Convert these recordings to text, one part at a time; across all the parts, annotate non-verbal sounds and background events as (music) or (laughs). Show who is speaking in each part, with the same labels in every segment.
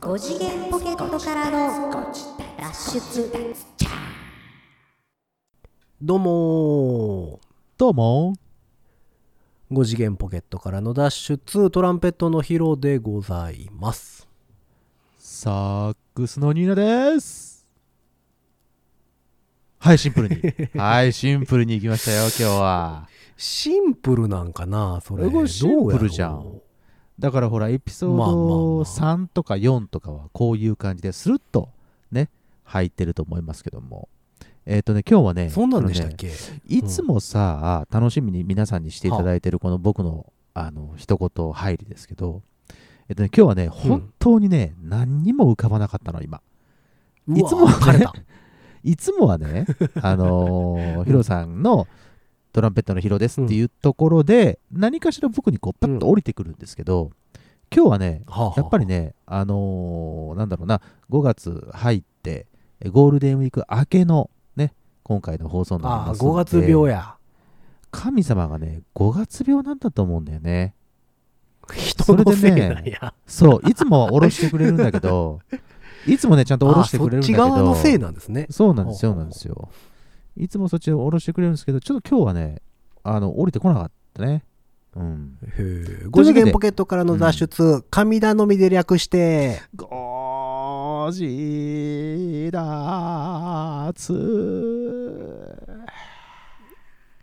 Speaker 1: 5次元ポケットからの脱出
Speaker 2: どうも
Speaker 3: どうも
Speaker 2: ー5次元ポケットからの脱出トランペットのヒロでございます
Speaker 3: サックスのニーナですはいシンプ
Speaker 2: (laughs)
Speaker 3: ルにはいシンプルに行きましたよ今日は
Speaker 2: シンプルなんかなそれ
Speaker 3: すごいシンプル
Speaker 2: どうやろう
Speaker 3: じゃんだからほらエピソー
Speaker 2: まあまあまあ
Speaker 3: ド3とか4とかはこういう感じでするっとね入ってると思いますけどもえっ、とね今日はね
Speaker 2: そんなんでしたっ
Speaker 3: こ
Speaker 2: け、
Speaker 3: れねいつもさ、楽しみに皆さんにしていただいてるこの僕のあの一言入りですけどえっ、とね今日はね本当にね、何にも浮かばなかったの今
Speaker 2: うわ
Speaker 3: いつもはね
Speaker 2: 枯れた
Speaker 3: いつも
Speaker 2: (laughs)
Speaker 3: はね、あのーヒロさんのトランペットのヒロですっていうところで、何かしら僕にこうパッと降りてくるんですけど、今日はね、やっぱりね、あのーなんだろうな、5月入って、えゴールデンウィーク明けのね、今回の放送になり
Speaker 2: ああ
Speaker 3: ます
Speaker 2: 5月病
Speaker 3: や。
Speaker 2: や
Speaker 3: 神様がね、5月病なんだと思うんだよね。
Speaker 2: 人のせいなんや
Speaker 3: そう、いつもは下ろしてくれるんだ
Speaker 2: (laughs)
Speaker 3: けど、いつもね、ちゃんと下ろしてくれるんだけど。
Speaker 2: ああそっち側のせいなんですね
Speaker 3: そうなんです
Speaker 2: ほ
Speaker 3: よ、
Speaker 2: うほう
Speaker 3: なんですよ。いつもそっちで下ろしてくれるんですけど、ちょっと今日はね、あの、降りてこなかったね。うん。
Speaker 2: 5次元ポケットからの脱出、神頼みで略して
Speaker 3: ごじだつ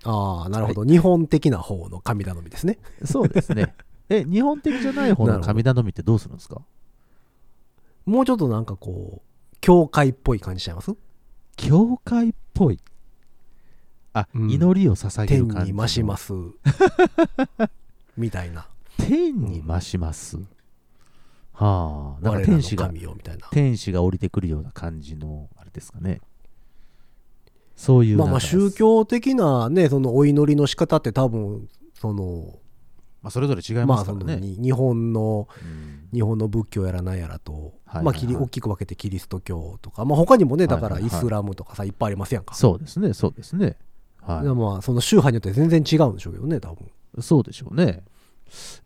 Speaker 2: ああなるほど、日本的な方の神頼みですね
Speaker 3: そうです
Speaker 2: (laughs)
Speaker 3: ね。え、日本的じゃない方の神頼みってどうするんですか
Speaker 2: もうちょっとなんかこう教会っぽい感じしちゃいます
Speaker 3: 教会っぽい。あ、
Speaker 2: うん
Speaker 3: 祈りを捧げ
Speaker 2: 天
Speaker 3: る感じ
Speaker 2: に
Speaker 3: の。
Speaker 2: 増し
Speaker 3: (laughs)
Speaker 2: ます。みたいな。
Speaker 3: 天に増します。はあ、な
Speaker 2: 我
Speaker 3: んから
Speaker 2: の
Speaker 3: 天使が
Speaker 2: 神よみたいな。
Speaker 3: 天使が降りてくるような感じのあれですかねそういう
Speaker 2: まあま
Speaker 3: な
Speaker 2: あ
Speaker 3: んか
Speaker 2: 宗、教的なね、そのお祈りの仕方って多分、その、
Speaker 3: まあ、それぞれ違い
Speaker 2: ま
Speaker 3: ま
Speaker 2: あ
Speaker 3: すか
Speaker 2: そ
Speaker 3: ら
Speaker 2: の
Speaker 3: ね、
Speaker 2: に日本の、
Speaker 3: うん
Speaker 2: 日本の仏教やらなんやらと、
Speaker 3: はいはいはい
Speaker 2: まあキリ大きく分けてキリスト教とか、まあ他にもね、だか
Speaker 3: は
Speaker 2: ら
Speaker 3: いは
Speaker 2: イ
Speaker 3: いはい
Speaker 2: スラムとかさ、いっぱいありますやんか。
Speaker 3: そうですねそうですねは
Speaker 2: まあその宗派によって全然違うんでしょうけどね、多分。
Speaker 3: いそうでしょうね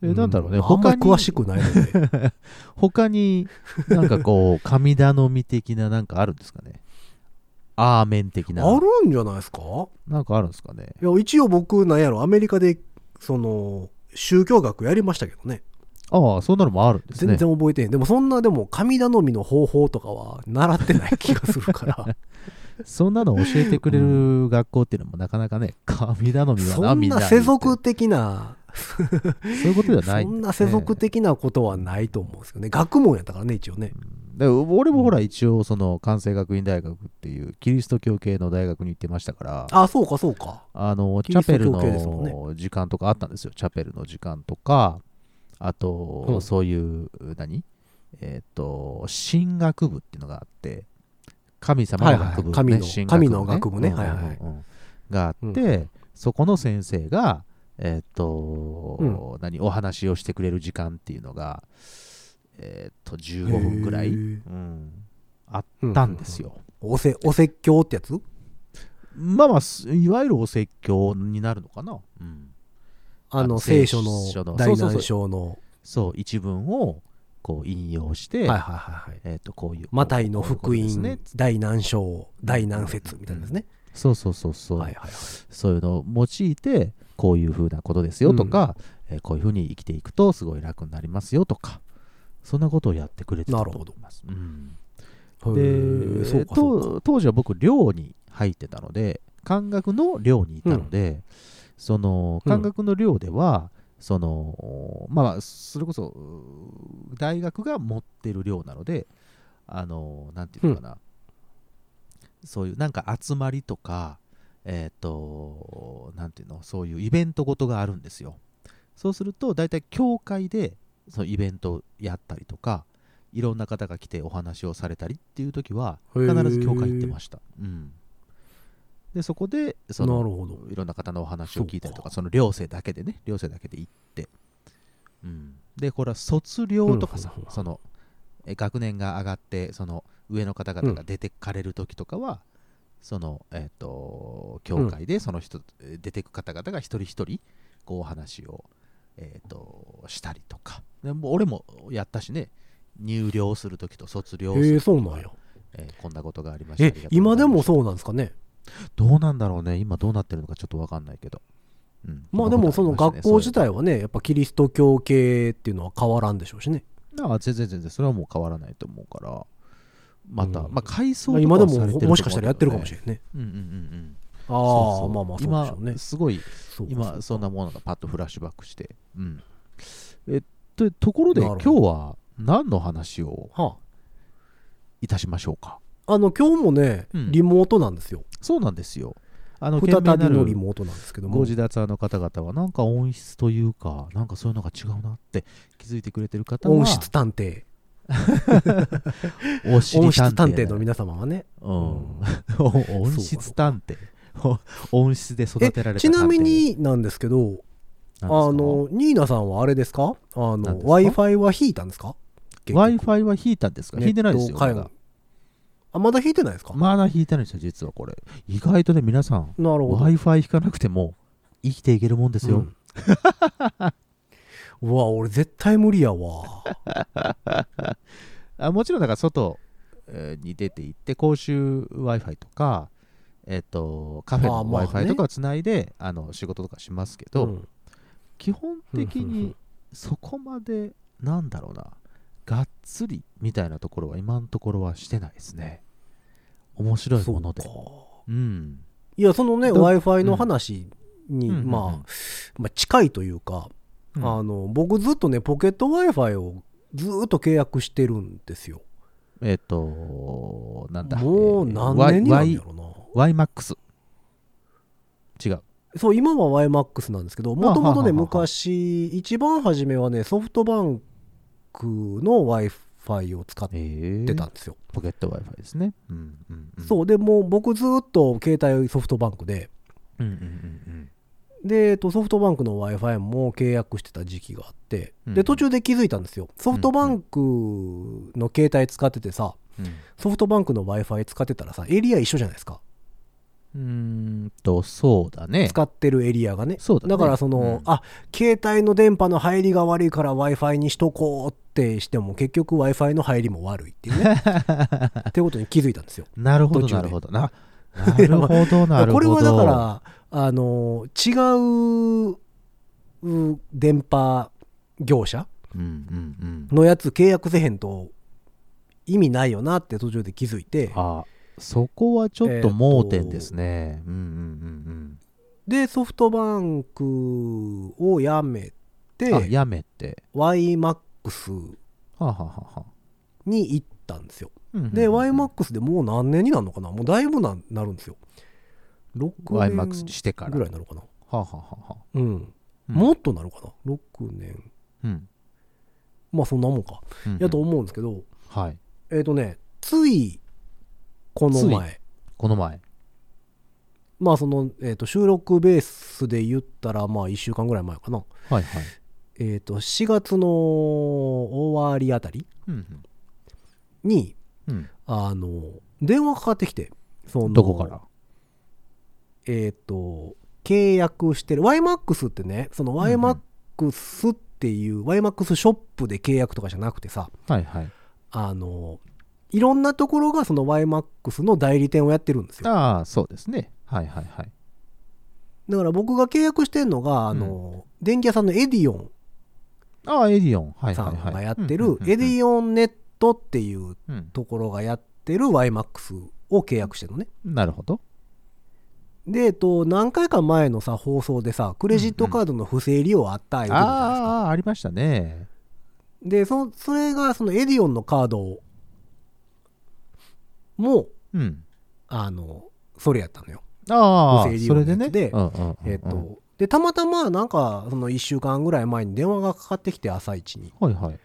Speaker 3: えなんだろうね、
Speaker 2: んあんま
Speaker 3: 他
Speaker 2: り
Speaker 3: に
Speaker 2: 詳しくない
Speaker 3: (laughs)
Speaker 2: ので。
Speaker 3: 他になん
Speaker 2: (laughs)
Speaker 3: かこう神頼み的ななんかあるんですかねアーメン的な
Speaker 2: あるんじゃないですか
Speaker 3: なんかあるんですかね
Speaker 2: いや、一応僕、なんやろ、アメリカで、その、宗教学やりましたけどね。
Speaker 3: ああそんなのもあるんですね
Speaker 2: 全然覚えてへんでもそんなでも神頼みの方法とかは習ってない気がするから
Speaker 3: そんなの教えてくれる学校っていうのもなかなかね (laughs) 神頼みは
Speaker 2: そ
Speaker 3: なんみん
Speaker 2: な
Speaker 3: な
Speaker 2: 世俗的な
Speaker 3: そういうことじゃない
Speaker 2: そんな世俗的なことはないと思うんですよね学問やったからね一応ね
Speaker 3: で俺もほら一応その関西学院大学っていうキリスト教系の大学に行ってましたからあ
Speaker 2: あそうかそうか
Speaker 3: の
Speaker 2: キ
Speaker 3: チ
Speaker 2: リ
Speaker 3: ャ
Speaker 2: スト
Speaker 3: ペル
Speaker 2: 教系ですもんね
Speaker 3: の時間とかあったんですよチャペルの時間とかあと、
Speaker 2: うん
Speaker 3: そういう何えっ、と神学部っていうのがあって神様の学部、ね
Speaker 2: はいはいはい
Speaker 3: 神
Speaker 2: 神の神の学部ね
Speaker 3: うんうんうん
Speaker 2: はいはい
Speaker 3: があって、そこの先生がえっ、と、何お話をしてくれる時間っていうのがえっ、と15分ぐらい
Speaker 2: へー
Speaker 3: うん、あったんですよ。
Speaker 2: おせお説教ってやつ
Speaker 3: まあまあ、すいわゆるお説教になるのかな。うん、
Speaker 2: あ
Speaker 3: あ
Speaker 2: の
Speaker 3: の
Speaker 2: 聖書の
Speaker 3: 聖書の
Speaker 2: 大難章の
Speaker 3: そう、一文をこう引用して、
Speaker 2: はいはいはいはい
Speaker 3: えっ、と、こういう。
Speaker 2: マタイの
Speaker 3: こういうこ
Speaker 2: 福
Speaker 3: とです
Speaker 2: 音
Speaker 3: ね、
Speaker 2: 大難章大難説みたいなですね
Speaker 3: そうそうそうそう、
Speaker 2: はいはいはい
Speaker 3: そういうのを用いて、こういうふうなことですよとか、えーこういうふうに生きていくとすごい楽になりますよとか、そんなことをやってくれてたと思います。うん
Speaker 2: へ
Speaker 3: で
Speaker 2: ーそうかそうか
Speaker 3: 当当時は僕寮に入ってたので漢学の寮にいたので、その
Speaker 2: うん
Speaker 3: 漢学の寮では、そのまあまあそれこそうー大学が持ってる寮なのであのなんていうのかな、そういうなんか集まりとかえっ、となんていうのそういうイベントごとがあるんですよそうすると大体教会でそのイベントをやったりとかいろんな方が来てお話をされたりっていう時は
Speaker 2: へー
Speaker 3: 必ず教会行ってました、うん、でそこでそ
Speaker 2: な
Speaker 3: の
Speaker 2: るほど
Speaker 3: いろんな方のお話を聞いたりと
Speaker 2: そう
Speaker 3: か
Speaker 2: か
Speaker 3: その寮生だけでね寮生だけで行って、うん、でこれは卒業とかさ、
Speaker 2: うんうんうん
Speaker 3: そのえ学年が上がってその上の方々が出てかれる時とかは、そのえっ、と教会でその人、え出てく方々が一人一人こうお話をえっ、としたりとかでもう俺もやったしね入寮するときと卒業す
Speaker 2: え
Speaker 3: る
Speaker 2: え
Speaker 3: と
Speaker 2: そ
Speaker 3: き
Speaker 2: う
Speaker 3: と
Speaker 2: な
Speaker 3: か
Speaker 2: んや
Speaker 3: えーこんなことがありましたあ
Speaker 2: え
Speaker 3: りがとうございました
Speaker 2: 今でもそうなんですかね
Speaker 3: どうなんだろうね今どうなってるのかちょっとわかんないけど、うん
Speaker 2: まあでもその
Speaker 3: こんな
Speaker 2: 学
Speaker 3: こと
Speaker 2: 校
Speaker 3: ありましたね
Speaker 2: 自体はねやっぱキリスト教系っていうのは変わらんでしょうしね
Speaker 3: そういうあ全然全然それはもう変わらないと思うからまた、
Speaker 2: うん
Speaker 3: まあ改装とかは
Speaker 2: 今で
Speaker 3: されて
Speaker 2: も
Speaker 3: ると思うけどね
Speaker 2: もしかしたらやってるかもしれないね
Speaker 3: うんうんうんうん
Speaker 2: ああ
Speaker 3: そうそう
Speaker 2: まあまあそうでしょうね
Speaker 3: 今すごい
Speaker 2: そうか
Speaker 3: 今そんなものがパッとフラッシュバックしてうんえっとところで
Speaker 2: なる
Speaker 3: 今
Speaker 2: ほど
Speaker 3: 日は何の話を
Speaker 2: はい
Speaker 3: たしましょうか
Speaker 2: ああの今日もね
Speaker 3: うん
Speaker 2: リモートなんですよ
Speaker 3: そうなんですよあの
Speaker 2: 再びのリ
Speaker 3: も
Speaker 2: モートなんですけど
Speaker 3: ご
Speaker 2: も
Speaker 3: 自立の方々はなんか音質というかなんかそういうのが違うなって気づいてくれてる方は
Speaker 2: 音質探偵
Speaker 3: おしり
Speaker 2: 音質探偵
Speaker 3: だ
Speaker 2: の皆様はね
Speaker 3: うんお音質探偵お音質で育
Speaker 2: え
Speaker 3: てられた
Speaker 2: ちなみ
Speaker 3: 探
Speaker 2: になんですけどあ
Speaker 3: 偵なんですか
Speaker 2: のニーナさんはあれですかあの
Speaker 3: 何ですか
Speaker 2: w i f i は引いたんですか
Speaker 3: Wi-Fi は引いたんですか
Speaker 2: ネット
Speaker 3: 引いてないですよま
Speaker 2: 回路
Speaker 3: だ
Speaker 2: あまだ引いてないですか、
Speaker 3: まだ引いてないですよ実はこれ意外とね皆さん
Speaker 2: なるほ
Speaker 3: w
Speaker 2: ど
Speaker 3: i f i 引かなくても生きていけるもんですよ、
Speaker 2: (laughs) うんうわ俺絶対無理やわ
Speaker 3: あもちろんだから外えーに出て行って公衆 w i f i とか、えっとカフェ
Speaker 2: あ
Speaker 3: の
Speaker 2: ー
Speaker 3: w
Speaker 2: まあ
Speaker 3: i
Speaker 2: ね
Speaker 3: f i とかをつないであ、の仕事とかしますけ (laughs) ど、
Speaker 2: うん
Speaker 3: 基本
Speaker 2: ふ
Speaker 3: 的
Speaker 2: んふんふ
Speaker 3: に
Speaker 2: ん
Speaker 3: そこまでなんだろうながっつりみたいなところは今のところはしてないですね面白いもので
Speaker 2: そううか
Speaker 3: ん
Speaker 2: いやそのね
Speaker 3: ど
Speaker 2: w i f i の話に、
Speaker 3: うん
Speaker 2: まあ
Speaker 3: うんうんうん
Speaker 2: まあ近いというか、
Speaker 3: うん
Speaker 2: あの僕ずっとねポケット w i f i をずっと契約してるんですよ
Speaker 3: えっ、となんだ
Speaker 2: もう何年になるんだろうな、
Speaker 3: YMAX 違う
Speaker 2: そう今は YMAX なんですけどもともと
Speaker 3: はあはあは
Speaker 2: ね
Speaker 3: あ
Speaker 2: 昔一番初めはねソフトバンクの w i f i を使っ
Speaker 3: え
Speaker 2: て
Speaker 3: ー
Speaker 2: たんですよ、
Speaker 3: ポケット w i f i ですねうんうん、うん、
Speaker 2: そうでもう僕ずっと携帯ソフトバンクで
Speaker 3: うんうんうん
Speaker 2: で、えっと、ソフトバンクの w i f i も契約してた時期があって、
Speaker 3: うんう
Speaker 2: で
Speaker 3: ん
Speaker 2: 途中で気づいたんですよソフトバンクの携帯使っててさ
Speaker 3: うん
Speaker 2: ソフトバンクの w i f i 使ってたらさエリア一緒じゃないですか
Speaker 3: うんうーんとそうだね (laughs)
Speaker 2: 使ってるエリアがね
Speaker 3: そうだね
Speaker 2: からその、
Speaker 3: うん
Speaker 2: あ携帯の電波の入りが悪いから w i f i にしとこうってしても結局 w i f i の入りも悪いっていう
Speaker 3: (laughs)
Speaker 2: ねってことに気づいたんですよ
Speaker 3: なるほど
Speaker 2: 途中で
Speaker 3: なるほどななるほどなるほど
Speaker 2: これはだからあの違うう電波業者
Speaker 3: うんうんうん
Speaker 2: のやつ契約せへんと意味ないよなって途中で気づいて
Speaker 3: あそこはちょっと盲点ですね、うんうん
Speaker 2: でソフトバンクをやめ
Speaker 3: うんうんあ
Speaker 2: て
Speaker 3: やめて
Speaker 2: YMAX
Speaker 3: はあ、はあはあはあ
Speaker 2: に行ったんですよ
Speaker 3: うんうんうん、
Speaker 2: で YMAX でもう何年になるのかなもうだいぶななるんですよ6
Speaker 3: YMAX に
Speaker 2: 年
Speaker 3: してから
Speaker 2: ぐらいになるかな
Speaker 3: はあ、はあはあはあ
Speaker 2: うん、
Speaker 3: うん
Speaker 2: もっとなるかな6年
Speaker 3: うん
Speaker 2: まあそんなもんか
Speaker 3: うんうん
Speaker 2: やと思うんですけど
Speaker 3: はい
Speaker 2: えっ、とねついこの前
Speaker 3: この前
Speaker 2: まあその、えー、と収録ベースで言ったらまあ1週間ぐらい前かな
Speaker 3: はいはい、
Speaker 2: えー、と4月の終わりあたり
Speaker 3: うん
Speaker 2: に
Speaker 3: うん
Speaker 2: あの電話かかってきてそ
Speaker 3: うん、
Speaker 2: の
Speaker 3: どこから
Speaker 2: えっ、と契約してる YMAX ってねその
Speaker 3: んうん
Speaker 2: YMAX っていう、YMAX ショップで契約とかじゃなくてさ
Speaker 3: はいはい
Speaker 2: あのいろんなところがその YMAX の代理店をやってるんですよ
Speaker 3: ああそうですねはいはいはい
Speaker 2: だから僕が契約してるのがあの、電気屋さんのエディオン
Speaker 3: ああエディオンはい
Speaker 2: さ
Speaker 3: はいは
Speaker 2: ん
Speaker 3: い
Speaker 2: がやってるエデ
Speaker 3: ン
Speaker 2: ィオンネットっていう
Speaker 3: うん
Speaker 2: ところがやってる YMAX を契約してるのね。
Speaker 3: なるほど
Speaker 2: で、えっと、何回か前のさ放送でさクレジットカードの不正利用あった
Speaker 3: あ
Speaker 2: 言う
Speaker 3: ー
Speaker 2: てたじゃないですか。
Speaker 3: あーありましたね
Speaker 2: でそそれがそのエディオンのカードも
Speaker 3: うん
Speaker 2: あのそれやったのよ。
Speaker 3: あ
Speaker 2: 無声
Speaker 3: あ
Speaker 2: 利
Speaker 3: そ
Speaker 2: 用の
Speaker 3: れ
Speaker 2: やつ
Speaker 3: でね
Speaker 2: で
Speaker 3: うんうんうんうん
Speaker 2: えっとでたまたまなんかその1週間ぐらい前に電話がかかってきて朝一に。
Speaker 3: はいはい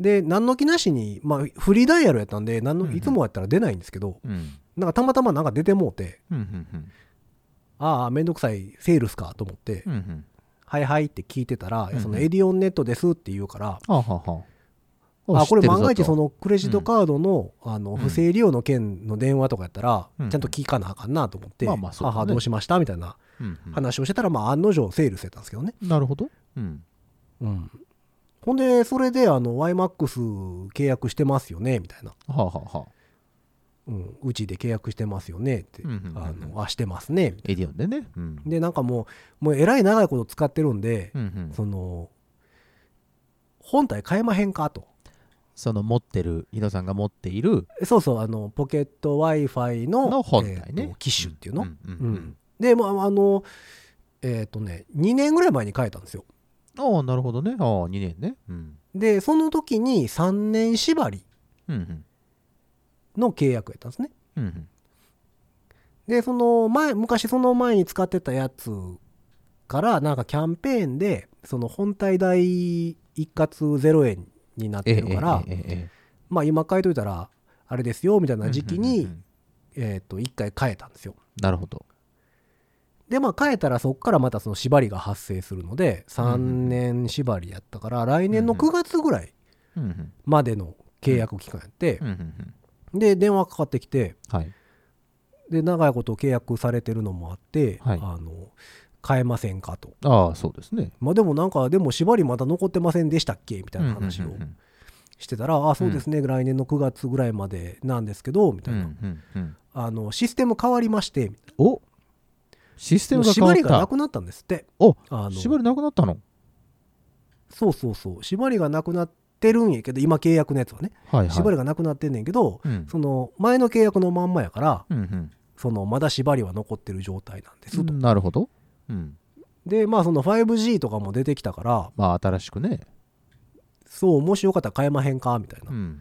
Speaker 2: で何の気なしに、まあ、フリーダイヤルやったんで何
Speaker 3: うん
Speaker 2: の
Speaker 3: うん
Speaker 2: いつもやったら出ないんですけど、
Speaker 3: うん
Speaker 2: なんかたまたまなんか出てもうて
Speaker 3: うんうん
Speaker 2: ああめんどくさいセールスかと思って、
Speaker 3: うんうんうん
Speaker 2: はいはいって聞いてたら、
Speaker 3: うんうん
Speaker 2: そのエディオンネットですって言うから、
Speaker 3: はあはあは
Speaker 2: あこれ万が一そ
Speaker 3: の
Speaker 2: のクレジットカードの,、あの
Speaker 3: ん
Speaker 2: 不正利用の件の電話とかやったら、
Speaker 3: うん
Speaker 2: ちゃんと聞かなあかんなと思って、
Speaker 3: まあまあそうだね
Speaker 2: ははどうしましたみたいな話をしてたら、まあ案の定セールスやったんですけどね、
Speaker 3: なるほどうん
Speaker 2: うんほんでそれであの YMAX 契約してますよねみたいな、
Speaker 3: はあ、はあはあ、
Speaker 2: うん、うちで契約してますよねって、
Speaker 3: うんうんうんうん
Speaker 2: あのあしてますねみたい
Speaker 3: エディオンでね。うん。
Speaker 2: なでなんかもうもうえらい長いこと使ってるんで、
Speaker 3: うんうん、
Speaker 2: その本体買えまへんかと
Speaker 3: その持ってる、井戸さんが持っている
Speaker 2: そうそうあのポケット w i f i の
Speaker 3: の本体ね。
Speaker 2: えーと機種っていうの、
Speaker 3: んうん
Speaker 2: う
Speaker 3: うんん
Speaker 2: でまああのえっ、とね2年ぐらい前に変えたんですよ
Speaker 3: ああ、なるほどね。ああ、2年ね。うん。
Speaker 2: でその時に3年縛り
Speaker 3: うんうん。
Speaker 2: の契約やったんですね
Speaker 3: うんうん。
Speaker 2: でその前昔その前に使ってたやつからなんかキャンペーンでその本体代一括0円になってるから、
Speaker 3: ええええええ
Speaker 2: まあ今変えといたらあれですよみたいな時期
Speaker 3: うん
Speaker 2: に
Speaker 3: うんうんうん
Speaker 2: えーと1回変えたんですよ
Speaker 3: なるほど。
Speaker 2: でまあ変えたらそっからまたその縛りが発生するので3
Speaker 3: うんうんうん
Speaker 2: 年縛りやったから来年の
Speaker 3: うんうん
Speaker 2: 9月ぐらい
Speaker 3: うんうん
Speaker 2: までの契約期間やって
Speaker 3: うんうんうん
Speaker 2: で電話かかってきて
Speaker 3: はい。
Speaker 2: で長いこと契約されてるのもあって
Speaker 3: はい
Speaker 2: あの変えませんかと
Speaker 3: ああ、そうですね。
Speaker 2: まあでもなんかでも縛りまだ残ってませんでしたっけみたいな話
Speaker 3: うん
Speaker 2: を
Speaker 3: うんうん
Speaker 2: してたらあそうですね来年の9月ぐらいまでなんですけどみた
Speaker 3: う
Speaker 2: い
Speaker 3: ん
Speaker 2: な
Speaker 3: うんうん
Speaker 2: あのシステム変わりましてみたいな
Speaker 3: おシステムが変わ
Speaker 2: 縛り
Speaker 3: っ
Speaker 2: がな
Speaker 3: た。
Speaker 2: くなったんですって
Speaker 3: お
Speaker 2: あの
Speaker 3: 縛りなくなったの
Speaker 2: そうそうそう縛りがなくなってるんやけど今契約のやつはね
Speaker 3: はいはい。
Speaker 2: 縛りがなくなってんねんけど
Speaker 3: うん
Speaker 2: その前の契約のまんまやから
Speaker 3: うんうん
Speaker 2: そのまだ縛りは残ってる状態なんですと
Speaker 3: なるほど。うん。
Speaker 2: でまあその 5G とかも出てきたから
Speaker 3: まあ、新しくね。
Speaker 2: そうもしよかったら変えまへんかみたいな
Speaker 3: うん。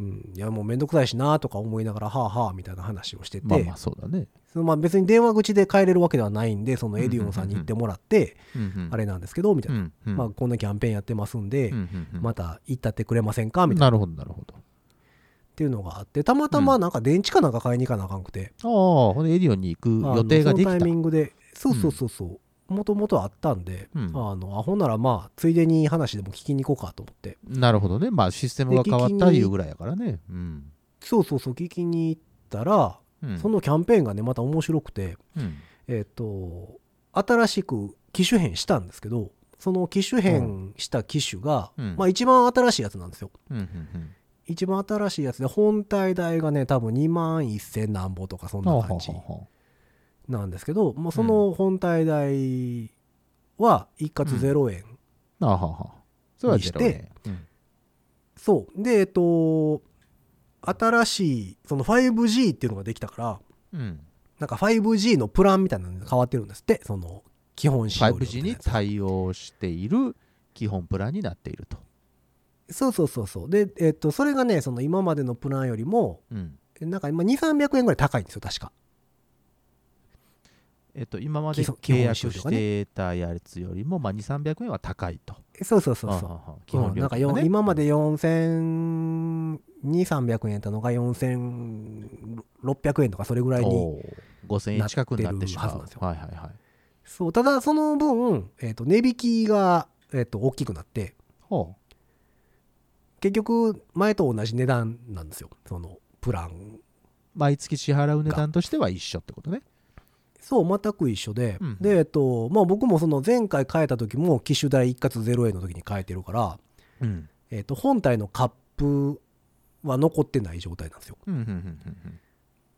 Speaker 2: うん、いやもうめんどくさいしなとか思いながらはあはあみたいな話をしてて、
Speaker 3: まあまあ、そうだね。
Speaker 2: そのまあ別に電話口で帰れるわけではないんでそのエディオンさんに言ってもらって、あ
Speaker 3: あれ
Speaker 2: れなんですけどみたいな、まあ、こんなキャンペーンやってますんで、また行ったってくれませんかみたいな
Speaker 3: なるほどなるほど
Speaker 2: っていうのがあってたまたまなんか電池かなんか買いに行かなあかんくて、
Speaker 3: ああほんでエディオンに行く
Speaker 2: あの
Speaker 3: 予定ができ
Speaker 2: そ
Speaker 3: た
Speaker 2: のタイミングでそうそうそうそうもともとあったんで、
Speaker 3: うん
Speaker 2: あのあほんならまあついでに話でも聞きに行こうかと思って
Speaker 3: なるほどねまあシステムが変わったいうぐらいやからねうん
Speaker 2: そうそうそう聞きに行ったら、
Speaker 3: うん
Speaker 2: そのキャンペーンがねまた面白くて。
Speaker 3: うん
Speaker 2: えっ、と新しく機種変したんですけどその機種変した機種が、
Speaker 3: うん
Speaker 2: まあ、一番新しいやつなんですよ
Speaker 3: うんうん
Speaker 2: 一番新しいやつで本体代がね多分2万1000何ぼとかそん
Speaker 3: うん
Speaker 2: な感じなんですけど、まあ、その本体代は一括0円、
Speaker 3: あははそれはゼロ
Speaker 2: にし
Speaker 3: 円
Speaker 2: そうでえっ、と新しいその 5G っていうのができたから
Speaker 3: うんうん
Speaker 2: なんか 5G のプランみたいなのが変わってるんですってその基本使用料みたい
Speaker 3: 5G
Speaker 2: な
Speaker 3: に
Speaker 2: やつが
Speaker 3: 対応している基本プランになっていると
Speaker 2: そうそうそうそうで、えっとそれがねその今までのプランよりも
Speaker 3: うん
Speaker 2: なんか今2300円ぐらい高いんですよ確か
Speaker 3: えっと今まで
Speaker 2: 基礎基
Speaker 3: 契
Speaker 2: 本
Speaker 3: 約
Speaker 2: 収入
Speaker 3: し
Speaker 2: がね
Speaker 3: てたやつよりもまあ2300円は高いと
Speaker 2: そうそうそう
Speaker 3: あ
Speaker 2: そう
Speaker 3: はは基
Speaker 2: うん
Speaker 3: 本
Speaker 2: な
Speaker 3: 料
Speaker 2: んか
Speaker 3: 金が
Speaker 2: よ
Speaker 3: ね
Speaker 2: ん今まで4200300円やったのが4600円とかそれぐらいに
Speaker 3: おー5000円近くになってしま
Speaker 2: なってるはずな
Speaker 3: う
Speaker 2: んですよ
Speaker 3: はいはいはい
Speaker 2: そうただその分、えっと値引きが、えっと大きくなって
Speaker 3: ほ
Speaker 2: 結局前と同じ値段なんですよそのプラン
Speaker 3: う毎月支払う値段としては一緒ってことね
Speaker 2: そう全く一緒で、
Speaker 3: うん
Speaker 2: でえっとまあ僕もその前回変えた時も機種代一括0円の時に変えてるから
Speaker 3: うん
Speaker 2: えー、と本体のカップは残ってない状態なんですよ
Speaker 3: うんうんうん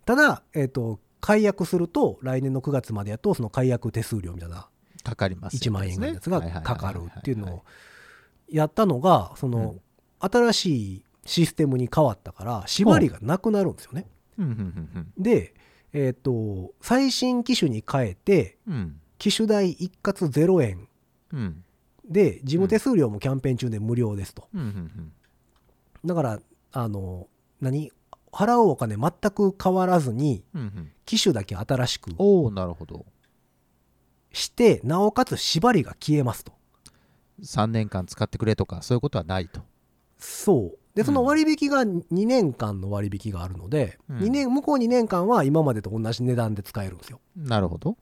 Speaker 2: ただ、えー、と解約すると来年の9月までやとその解約手数料みたいな
Speaker 3: かかりますよ
Speaker 2: 1万円ぐらいのやつがかかるっていうの
Speaker 3: は
Speaker 2: をやったのがその
Speaker 3: う
Speaker 2: 新しいシステムに変わったから縛りがなくなるんですよね
Speaker 3: いはいはいはいうんうん
Speaker 2: で、えー、と最新機種に変えて
Speaker 3: うんうん
Speaker 2: 機種代一括0円
Speaker 3: うん
Speaker 2: で事務手数料もキャンペーン中で無料ですと
Speaker 3: うんうんうん
Speaker 2: だからあの何払うお金全く変わらずに
Speaker 3: うんうん
Speaker 2: 機種だけ新しく
Speaker 3: おおなるほど
Speaker 2: してなおかつ縛りが消えますと
Speaker 3: 3年間使ってくれとかそういうことはないと
Speaker 2: そうで
Speaker 3: うん
Speaker 2: その割引が2年間の割引があるので、
Speaker 3: うん
Speaker 2: 二年向こう2年間は今までと同じ値段で使えるんですよ
Speaker 3: なるほど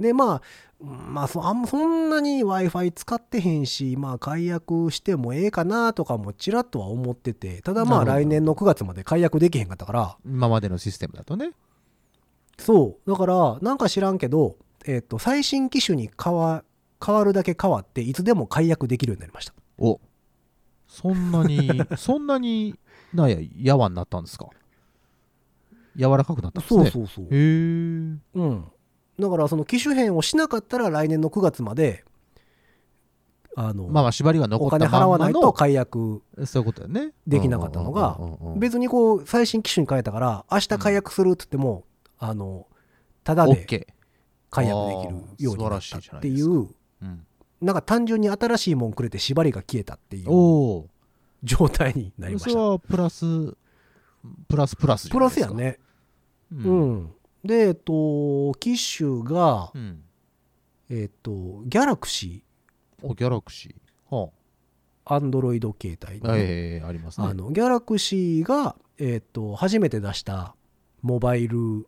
Speaker 2: でまあまあそあんそんなに w i f i 使ってへんしまあ解約してもええかなとかもちらっとは思っててただまあ
Speaker 3: なるほど
Speaker 2: 来年の9月まで解約できへんかったから
Speaker 3: 今までのシステムだとね
Speaker 2: そうだからなんか知らんけど、えっと最新機種に変わ変わるだけ変わっていつでも解約できるようになりました
Speaker 3: おそん
Speaker 2: (laughs)
Speaker 3: なにそんなになんややわになったんですか柔らかくなったんです
Speaker 2: そう
Speaker 3: ね
Speaker 2: そうそう、
Speaker 3: へえ
Speaker 2: うん、だからその機種変をしなかったら来年の9月まであの、
Speaker 3: まあまあ縛りが残
Speaker 2: お
Speaker 3: った
Speaker 2: 金払
Speaker 3: ま
Speaker 2: わ
Speaker 3: んま
Speaker 2: ない
Speaker 3: の
Speaker 2: と解約
Speaker 3: そういうことだよね
Speaker 2: できなかったのが
Speaker 3: うんうんうんうん
Speaker 2: 別にこう最新機種に変えたから明日解約するっつっても、あのただ
Speaker 3: オ
Speaker 2: で
Speaker 3: ッケ
Speaker 2: 解約できるようになったってい
Speaker 3: あー素晴らしいじゃ
Speaker 2: う
Speaker 3: ーうん
Speaker 2: なんか単純に新しいもんくれて縛りが消えたっていう
Speaker 3: おお
Speaker 2: 状態になりまし
Speaker 3: それ
Speaker 2: た
Speaker 3: はプラスプラスプラスじゃ
Speaker 2: プラ
Speaker 3: ないで
Speaker 2: ス
Speaker 3: すか
Speaker 2: やね
Speaker 3: うん
Speaker 2: う、ん、でえっと機種が
Speaker 3: うん
Speaker 2: えっとギャラクシ
Speaker 3: おギャラクシーは
Speaker 2: ーアンドロイド携帯
Speaker 3: あ、
Speaker 2: の
Speaker 3: ええありますね
Speaker 2: あのギャラクシーが、えー、と初めて出したモバイル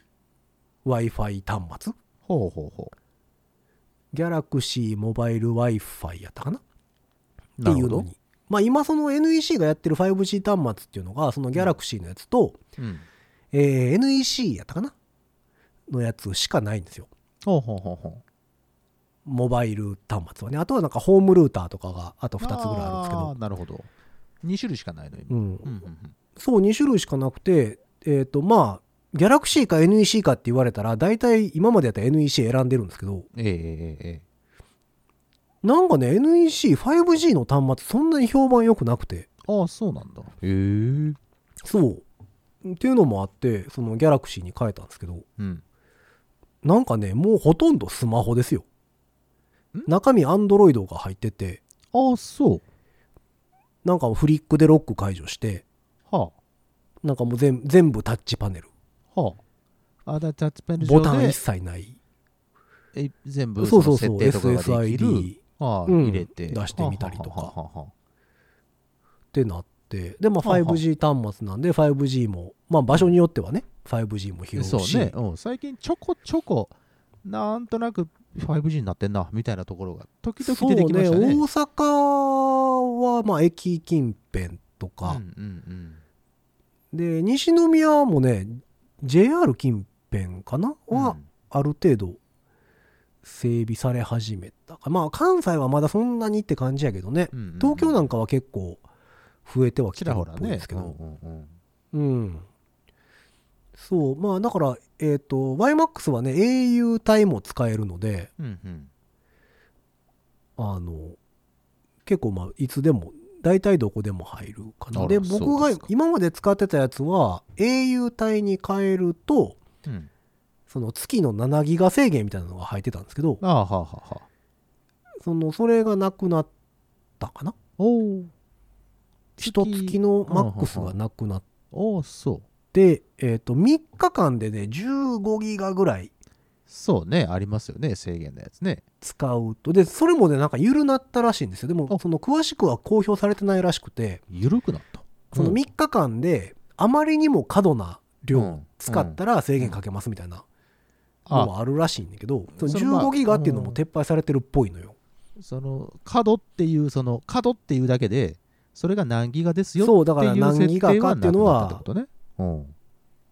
Speaker 2: w i f i 端末
Speaker 3: ほうほうほ
Speaker 2: ギャラクシーモバイル w i f i やったかな
Speaker 3: う
Speaker 2: っていう
Speaker 3: な
Speaker 2: の
Speaker 3: るほど
Speaker 2: に、まあ、今その NEC がやってる 5G 端末っていうのがそのギャラクシーのやつと、
Speaker 3: うん
Speaker 2: えー NEC やったかなのやつしかないんですよ
Speaker 3: ほうほうほうほ
Speaker 2: モバイル端末はねあとはなんかホームルーターとかがあと
Speaker 3: う
Speaker 2: 2つぐらいあるんですけ
Speaker 3: あ
Speaker 2: ど
Speaker 3: ーなるほど二種類しかないの今、
Speaker 2: うん
Speaker 3: うんうん
Speaker 2: そう2種類しかなくてえっ、とまあギャラクシーか NEC かって言われたら大体今までやったら NEC 選んでるんですけど
Speaker 3: うん、ええええええ
Speaker 2: なんかね NEC5G の端末そんなに評判良くなくて
Speaker 3: ああそうなんだへえうん
Speaker 2: そうっていうのもあってそのギャラクシーに変えたんですけど
Speaker 3: うん
Speaker 2: なんかねもうほとんどスマホですよ
Speaker 3: ん
Speaker 2: 中身 Android が入ってて
Speaker 3: ああそう
Speaker 2: なんかフリックでロック解除して
Speaker 3: は
Speaker 2: なんかもう全全部タッチパネル
Speaker 3: あはああだタッチペン上で
Speaker 2: ボタン一切ない
Speaker 3: え全部
Speaker 2: そうそうそ
Speaker 3: の
Speaker 2: う
Speaker 3: 設定とかができる
Speaker 2: SSID
Speaker 3: ああ
Speaker 2: うん
Speaker 3: 入れて、
Speaker 2: 出してみたりとか
Speaker 3: はあはあはあは
Speaker 2: ってなってでまあ
Speaker 3: はあはあ
Speaker 2: 5G 端末なんで 5G もまあ場所によってはね 5G も
Speaker 3: あ
Speaker 2: 広
Speaker 3: そ
Speaker 2: いうし、
Speaker 3: ね、うん、最近ちょこちょこなんとなく 5G になってんなみたいなところが時々
Speaker 2: そう
Speaker 3: 出
Speaker 2: ね
Speaker 3: てきましたね
Speaker 2: 大阪はまあ駅近辺と
Speaker 3: う
Speaker 2: か
Speaker 3: ん、うん
Speaker 2: で西宮もね JR 近辺かな
Speaker 3: うん、
Speaker 2: は、ある程度整備され始めたかまあ関西はまだそんなにって感じやけどね
Speaker 3: うんうんうん
Speaker 2: 東京なんかは結構増えてはき
Speaker 3: ち
Speaker 2: てる
Speaker 3: ら
Speaker 2: っ
Speaker 3: ほら
Speaker 2: ぽい
Speaker 3: ね
Speaker 2: ですけど、
Speaker 3: うんうんうん
Speaker 2: うん。そう、まあだから、えっ、と、YMAX はね、au 帯も使えるので、
Speaker 3: うんうん
Speaker 2: あの、結構まあ、いつでも、大体どこでも入るか
Speaker 3: あ
Speaker 2: な。
Speaker 3: ら
Speaker 2: で、
Speaker 3: そ
Speaker 2: 僕
Speaker 3: う
Speaker 2: が
Speaker 3: ですか
Speaker 2: 今まで使ってたやつは、au 帯に変えると、
Speaker 3: うん、
Speaker 2: その月の7ギガ制限みたいなのが入ってたんですけど、
Speaker 3: ああはあはあはあ
Speaker 2: その、それがなくなったかな
Speaker 3: おお
Speaker 2: 一月のマックスがなくなっ
Speaker 3: おおそう
Speaker 2: て、えっ、と、3日間でね、15ギガぐらい
Speaker 3: そうねありますよね制限のやつね
Speaker 2: 使うとでそれもねなんか緩なったらしいんですよで
Speaker 3: あ
Speaker 2: もその詳しくは公表されてないらしくて
Speaker 3: 緩くなった
Speaker 2: その
Speaker 3: うん
Speaker 2: 3日間であまりにも過度な量
Speaker 3: うん
Speaker 2: を使ったら制限かけますみたいなの
Speaker 3: あ
Speaker 2: もあるらしいんだけどその
Speaker 3: それまあ
Speaker 2: 15ギガっていうのも撤廃されてるっぽいのよ
Speaker 3: その角っていうその角っていうだけでそれが何ギガですよ
Speaker 2: そうだか
Speaker 3: って
Speaker 2: ら
Speaker 3: いう
Speaker 2: 何ギ
Speaker 3: 設
Speaker 2: ガ
Speaker 3: 定
Speaker 2: か
Speaker 3: は
Speaker 2: っていうの
Speaker 3: なくなったって
Speaker 2: は
Speaker 3: ことね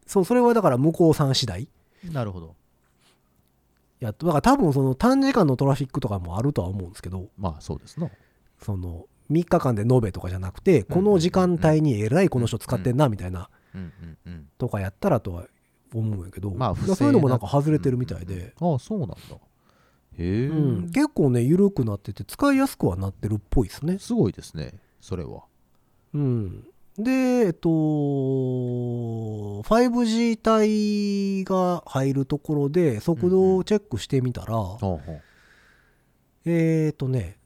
Speaker 2: そうそれはだから向こうさん次第
Speaker 3: うんなるほど
Speaker 2: やっとだから多分その短時間のトラフィックとかもあるとは思うんですけど
Speaker 3: まあそうですな
Speaker 2: その3日間で延べとかじゃなくてこの時間帯にえらいこの人使ってんなみたいな
Speaker 3: うんうんうん
Speaker 2: とかやったらとは思うんやけど、
Speaker 3: まあ不正な
Speaker 2: そういうのもなんか外れてるみたいで、
Speaker 3: ああそうなんだへえ、
Speaker 2: うん結構ね緩くなってて使いやすくはなってるっぽいですね。
Speaker 3: すごいですねそれは
Speaker 2: うん、でえっと 5G 帯が入るところで速度をチェックしてみたら、
Speaker 3: ほうほう
Speaker 2: えっとね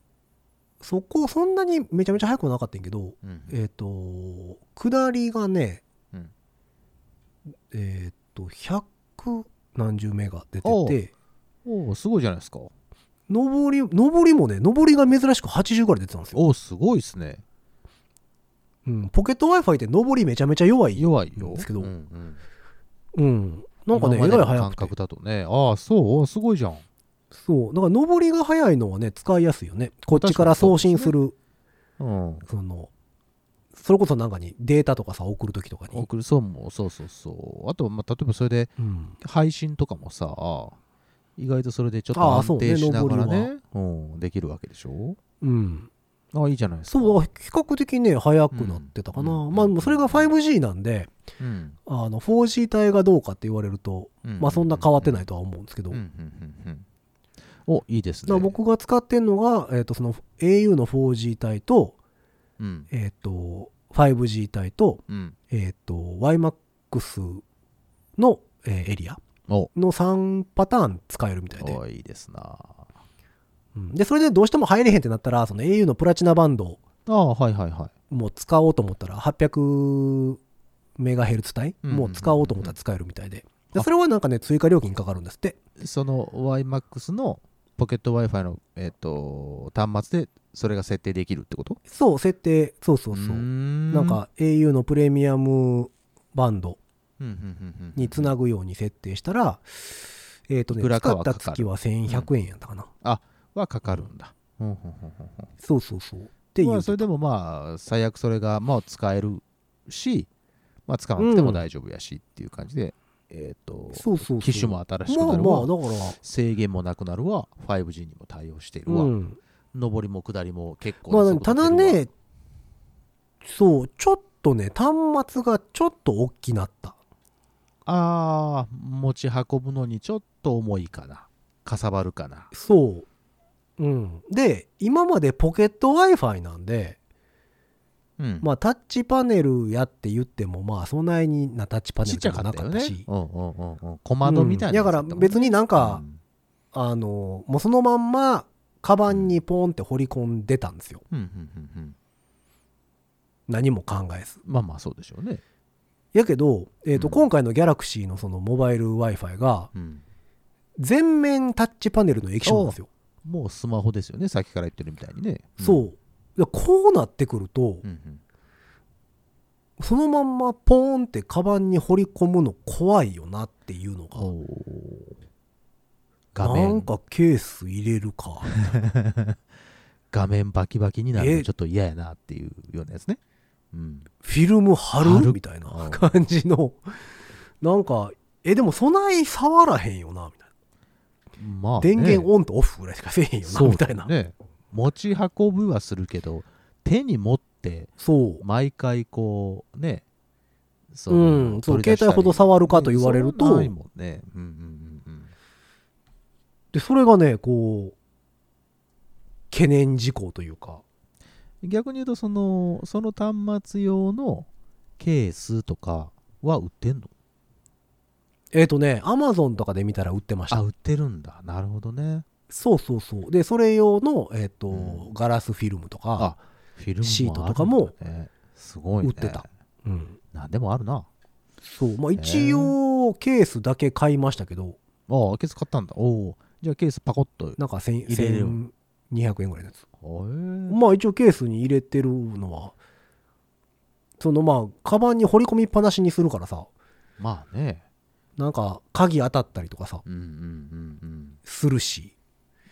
Speaker 2: そこそんなにめちゃめちゃ速くはなかったんやけど
Speaker 3: うん
Speaker 2: えっと下りがね、
Speaker 3: うん
Speaker 2: えっと100何十メガ出て
Speaker 3: おう
Speaker 2: て。
Speaker 3: おおすごいじゃないですか
Speaker 2: 上り上りもね上りが珍しく80からい出てたんですよ、
Speaker 3: おおすごいですね
Speaker 2: うん、ポケット w i f i って上りめちゃめちゃ弱い
Speaker 3: 弱いよ
Speaker 2: ですけど
Speaker 3: うんうん
Speaker 2: うん、なんかねえ
Speaker 3: 今ま
Speaker 2: ら
Speaker 3: で
Speaker 2: い
Speaker 3: の
Speaker 2: 速
Speaker 3: 感
Speaker 2: くて
Speaker 3: 覚だとねああそうおーすごいじゃん
Speaker 2: そうだから上りが速いのはね使いやすいよねこっちから送信する
Speaker 3: うん
Speaker 2: そ,、のそれこそなんかにデータとかさ送る時とかに、
Speaker 3: 送るそうもそうそうそうあとまあ例えばそれで
Speaker 2: うん
Speaker 3: 配信とかもさ意外とそれでちょっと
Speaker 2: ああ
Speaker 3: 安定
Speaker 2: そう
Speaker 3: し
Speaker 2: ね
Speaker 3: ながら
Speaker 2: 上
Speaker 3: ねうん、できるわけでしょ
Speaker 2: うん、
Speaker 3: ああいいじゃないですか
Speaker 2: そう、比較的ね、早くなってたかな。
Speaker 3: うん
Speaker 2: まあ、でもそれが 5G なんで、
Speaker 3: うん
Speaker 2: あの 4G 帯がどうかって言われると、
Speaker 3: うん
Speaker 2: まあ、そんな変わってないとは思うんですけど、
Speaker 3: うんう
Speaker 2: だか
Speaker 3: んうんうんおいいです
Speaker 2: ら
Speaker 3: ね
Speaker 2: 僕が使ってんのが、えっとその au の 4G 帯と、
Speaker 3: うん
Speaker 2: えっと 5G 帯と、
Speaker 3: うん
Speaker 2: えっと YMAX の、えーエリア
Speaker 3: お
Speaker 2: の3パターン使えるみたいで,、
Speaker 3: おいいですなあ
Speaker 2: うんでそれでどうしても入れへんってなったらその au のプラチナバンド
Speaker 3: あはいはいはい
Speaker 2: も使おうと思ったら800メガヘルツ帯
Speaker 3: うんうんうん
Speaker 2: もう使おうと思ったら使えるみたいででそれはなんかね追加料金かかるんですって
Speaker 3: その YMAX のポケット Wi-Fi の、えっと端末でそれが設定できるってこと
Speaker 2: そう設定そうそうそう
Speaker 3: ーん
Speaker 2: なんか au のプレミアムバンド
Speaker 3: うんうんうんうん
Speaker 2: につなぐように設定したら、えっ、とね
Speaker 3: いくら
Speaker 2: 使
Speaker 3: かは
Speaker 2: った
Speaker 3: かかる
Speaker 2: 月は1100円やったかな、
Speaker 3: はかかるんだほんほんほんほんほん
Speaker 2: そうそうそうっていう、
Speaker 3: まあ、それでもまあ最悪それがまあ使えるし、まあ、使わなくても大丈夫やしっていう感じで、えっ、と
Speaker 2: そうそうそう
Speaker 3: 機種も新しく
Speaker 2: ま
Speaker 3: な
Speaker 2: あ
Speaker 3: るわ、
Speaker 2: まあだから
Speaker 3: 制限もなくなるわ 5G にも対応しているわ、
Speaker 2: うん
Speaker 3: 上りも下りも結構
Speaker 2: ま
Speaker 3: な
Speaker 2: あ
Speaker 3: 速度
Speaker 2: ただ
Speaker 3: 出てるわ
Speaker 2: ねそうちょっとね端末がちょっと大きなった
Speaker 3: あー持ち運ぶのにちょっと重いかなかさばるかな
Speaker 2: そう。うん、で今までポケット w i f i なんで、
Speaker 3: うん
Speaker 2: まあ、タッチパネルやって言ってもまあそないになタッチパネ
Speaker 3: ちっ
Speaker 2: ル
Speaker 3: ちゃ
Speaker 2: と
Speaker 3: か
Speaker 2: かな
Speaker 3: った
Speaker 2: か
Speaker 3: よ
Speaker 2: った
Speaker 3: ね
Speaker 2: し。
Speaker 3: うんうんうんうん小窓みたいな
Speaker 2: うんだから別
Speaker 3: に
Speaker 2: になん
Speaker 3: か
Speaker 2: か、あのもうそのまんまカバンにポンって掘り込んでたんですよ
Speaker 3: うんうんうんうん
Speaker 2: 何も考えず
Speaker 3: まあまあそうでしょうね、
Speaker 2: やけど、えーと
Speaker 3: うん
Speaker 2: 今回の Galaxy のそのモバイル w i f i が
Speaker 3: うん
Speaker 2: 全面タッチパネルの液晶なんですよ、
Speaker 3: もうスマホですよねさっきから言ってるみたいにね、ん
Speaker 2: そうだからこうなってくると、
Speaker 3: うんうん
Speaker 2: そのまんまポーンってカバンに掘り込むの怖いよなっていうのが
Speaker 3: おー画
Speaker 2: なん
Speaker 3: 面
Speaker 2: かケース入れるか (laughs)
Speaker 3: 画面バキバキになるの
Speaker 2: え
Speaker 3: ちょっと嫌やなっていうようなやつね、うん、
Speaker 2: フィルム貼
Speaker 3: 貼
Speaker 2: る
Speaker 3: る
Speaker 2: みたいな
Speaker 3: うん
Speaker 2: 感じのなんかえでもそない触らへんよなみたい
Speaker 3: まあ、
Speaker 2: な
Speaker 3: ね、
Speaker 2: 電源オンとオフぐらいしかせえへんよな
Speaker 3: そう
Speaker 2: みたいな
Speaker 3: ね持ち運ぶはするけど手に持って
Speaker 2: そう
Speaker 3: 毎回こうねそ
Speaker 2: うんそう
Speaker 3: 取り出した
Speaker 2: 携帯
Speaker 3: り
Speaker 2: ほど触るかと言われると
Speaker 3: ねそうないもんねうんうんうんうん
Speaker 2: でそれがねこう懸念事項というか
Speaker 3: 逆に言うとそのその端末用のケースとかは売ってんの
Speaker 2: えっ、とねアマゾンとかで見たら売ってまし
Speaker 3: あ
Speaker 2: た
Speaker 3: 売ってるんだなるほどね
Speaker 2: そうそうそうでそれ用の、えっと
Speaker 3: うん
Speaker 2: ガラスフィルムとか、
Speaker 3: フィルムもあるんだね
Speaker 2: シートとかも
Speaker 3: すごいね
Speaker 2: 売ってたうん、
Speaker 3: 何でもあるな
Speaker 2: そうまあ一応ケースだけ買いましたけど
Speaker 3: ああケース買ったんだおおじゃあケースパコッとへ
Speaker 2: なんか1000
Speaker 3: 入れれる
Speaker 2: 1200円ぐらいのやつ
Speaker 3: え
Speaker 2: まあ一応ケースに入れてるのはそのまあカバンに掘り込みっぱなしにするからさ
Speaker 3: まあね
Speaker 2: なんか鍵当たったりとかさ
Speaker 3: うんうんうん
Speaker 2: するし